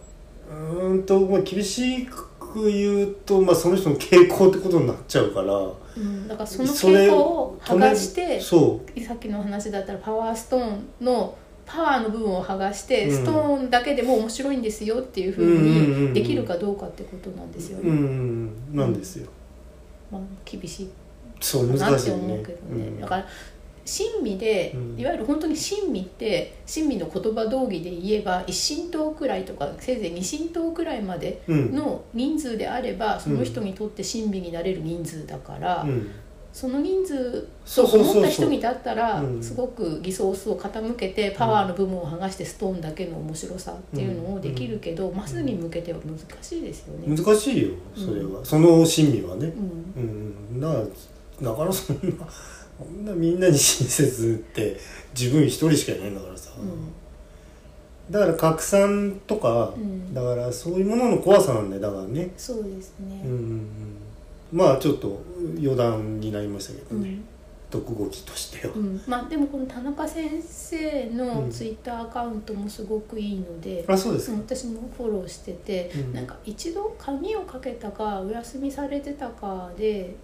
Speaker 1: ーんと、まあ、厳しく言うと、まあ、その人の傾向ってことになっちゃうから
Speaker 2: うん、だからその
Speaker 1: それ
Speaker 2: 傾向を剥がして
Speaker 1: そ
Speaker 2: さっきの話だったらパワーストーンのパワーの部分を剥がして、
Speaker 1: うん
Speaker 2: ストーンだけでも面白いんですよっていうふ
Speaker 1: うんうんうんう
Speaker 2: うんにできるかどうかってことなんです
Speaker 1: う
Speaker 2: よね、
Speaker 1: うんなんですよ
Speaker 2: まあ、厳しい
Speaker 1: そう
Speaker 2: な
Speaker 1: 難
Speaker 2: っ
Speaker 1: していね
Speaker 2: 思うけどね、
Speaker 1: うん
Speaker 2: だから親身で、
Speaker 1: うん
Speaker 2: いわゆる本当に親身って親身の言葉道義で言えば一神党くらいとかせいぜい二神党くらいまで
Speaker 1: うん
Speaker 2: の人数であれば、その人にとって親身になれる人数だから、
Speaker 1: うん
Speaker 2: その人数
Speaker 1: そう
Speaker 2: と
Speaker 1: そうそうそう
Speaker 2: 思った人にだったら
Speaker 1: うん
Speaker 2: すごくリソースを傾けてパワーの部分を剥がしてストーンだけの面白さっていうのをできるけど、マスに向けては難しいですよね。
Speaker 1: 難しいよそれは、その親身はね
Speaker 2: う
Speaker 1: う
Speaker 2: ん
Speaker 1: んだからだからそんなこんなみんなに親切って自分一人しかいないんだからさ、
Speaker 2: う
Speaker 1: だから拡散とか、
Speaker 2: んうん
Speaker 1: だからそういうものの怖さなんだよだからね
Speaker 2: そうですね、
Speaker 1: うんうんうんまあちょっと余談になりましたけど
Speaker 2: う
Speaker 1: ね、
Speaker 2: ん
Speaker 1: 毒語記としては、
Speaker 2: うんまあ、でもこの田中先生
Speaker 1: うん
Speaker 2: のツイッターアカウントもすごくいいので、
Speaker 1: あそうです
Speaker 2: うん
Speaker 1: か、
Speaker 2: 私もフォローしてて、
Speaker 1: うん
Speaker 2: なんか一度鍵をかけたかお休みされてたかで、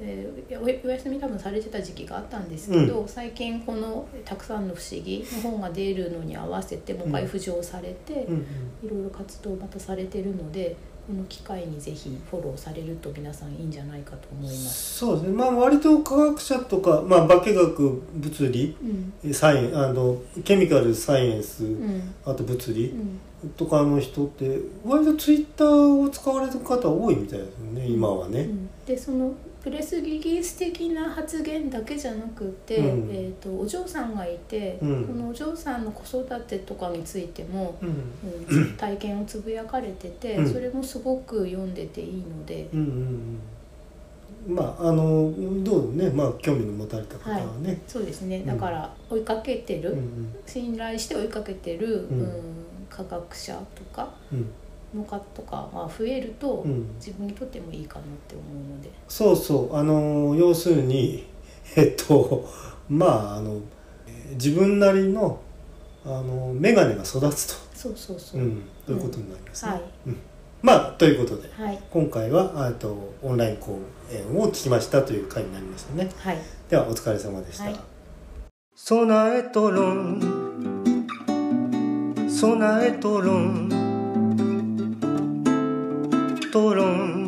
Speaker 2: えーおお休み多分されてた時期があったんですけど、最近この「たくさんの不思議」の本が出るのに合わせてもう一回浮上されて、
Speaker 1: うん
Speaker 2: いろいろ活動またされてるのでこの機会にぜひフォローされると皆さんいいんじゃないかと思いま
Speaker 1: うん、
Speaker 2: す。
Speaker 1: そうですねまあ割と科学者とか、まあ、化学物理
Speaker 2: うん
Speaker 1: サイエンあのケミカルサイエンス、
Speaker 2: うん
Speaker 1: あと物理、
Speaker 2: うん
Speaker 1: とかの人って割とツイッターを使われる方多いみたいですね今は
Speaker 2: う
Speaker 1: ね、
Speaker 2: んでそのプレスリリース的な発言だけじゃなくて、
Speaker 1: うん
Speaker 2: えー、とお嬢さんがいて、
Speaker 1: うん
Speaker 2: このお嬢さんの子育てとかについて も、
Speaker 1: うん
Speaker 2: うん、体験をつぶやかれてて、
Speaker 1: うん
Speaker 2: それもすごく読んでていいので、
Speaker 1: うんうんうんまああのどうねまあ興味の持たれた方はね、
Speaker 2: そうですねだから追いかけてる、
Speaker 1: うんうん
Speaker 2: 信頼して追いかけてる、
Speaker 1: う
Speaker 2: うんん科学者とか
Speaker 1: うん
Speaker 2: の方とかが増えると、
Speaker 1: うん
Speaker 2: 自分にとってもいいかなって思うので。
Speaker 1: そうそうあの要するに えっとまああの自分なりのあの眼鏡が育つ
Speaker 2: そうそうそ
Speaker 1: と、
Speaker 2: う、
Speaker 1: うん、ということになりますね。
Speaker 2: はい
Speaker 1: まあということで
Speaker 2: はい
Speaker 1: 今回はあとオンライン講演を聞きましたという回になりましたね。
Speaker 2: はい
Speaker 1: ではお疲れ様でした。
Speaker 2: はい
Speaker 1: 備えとろん備えとろんとろん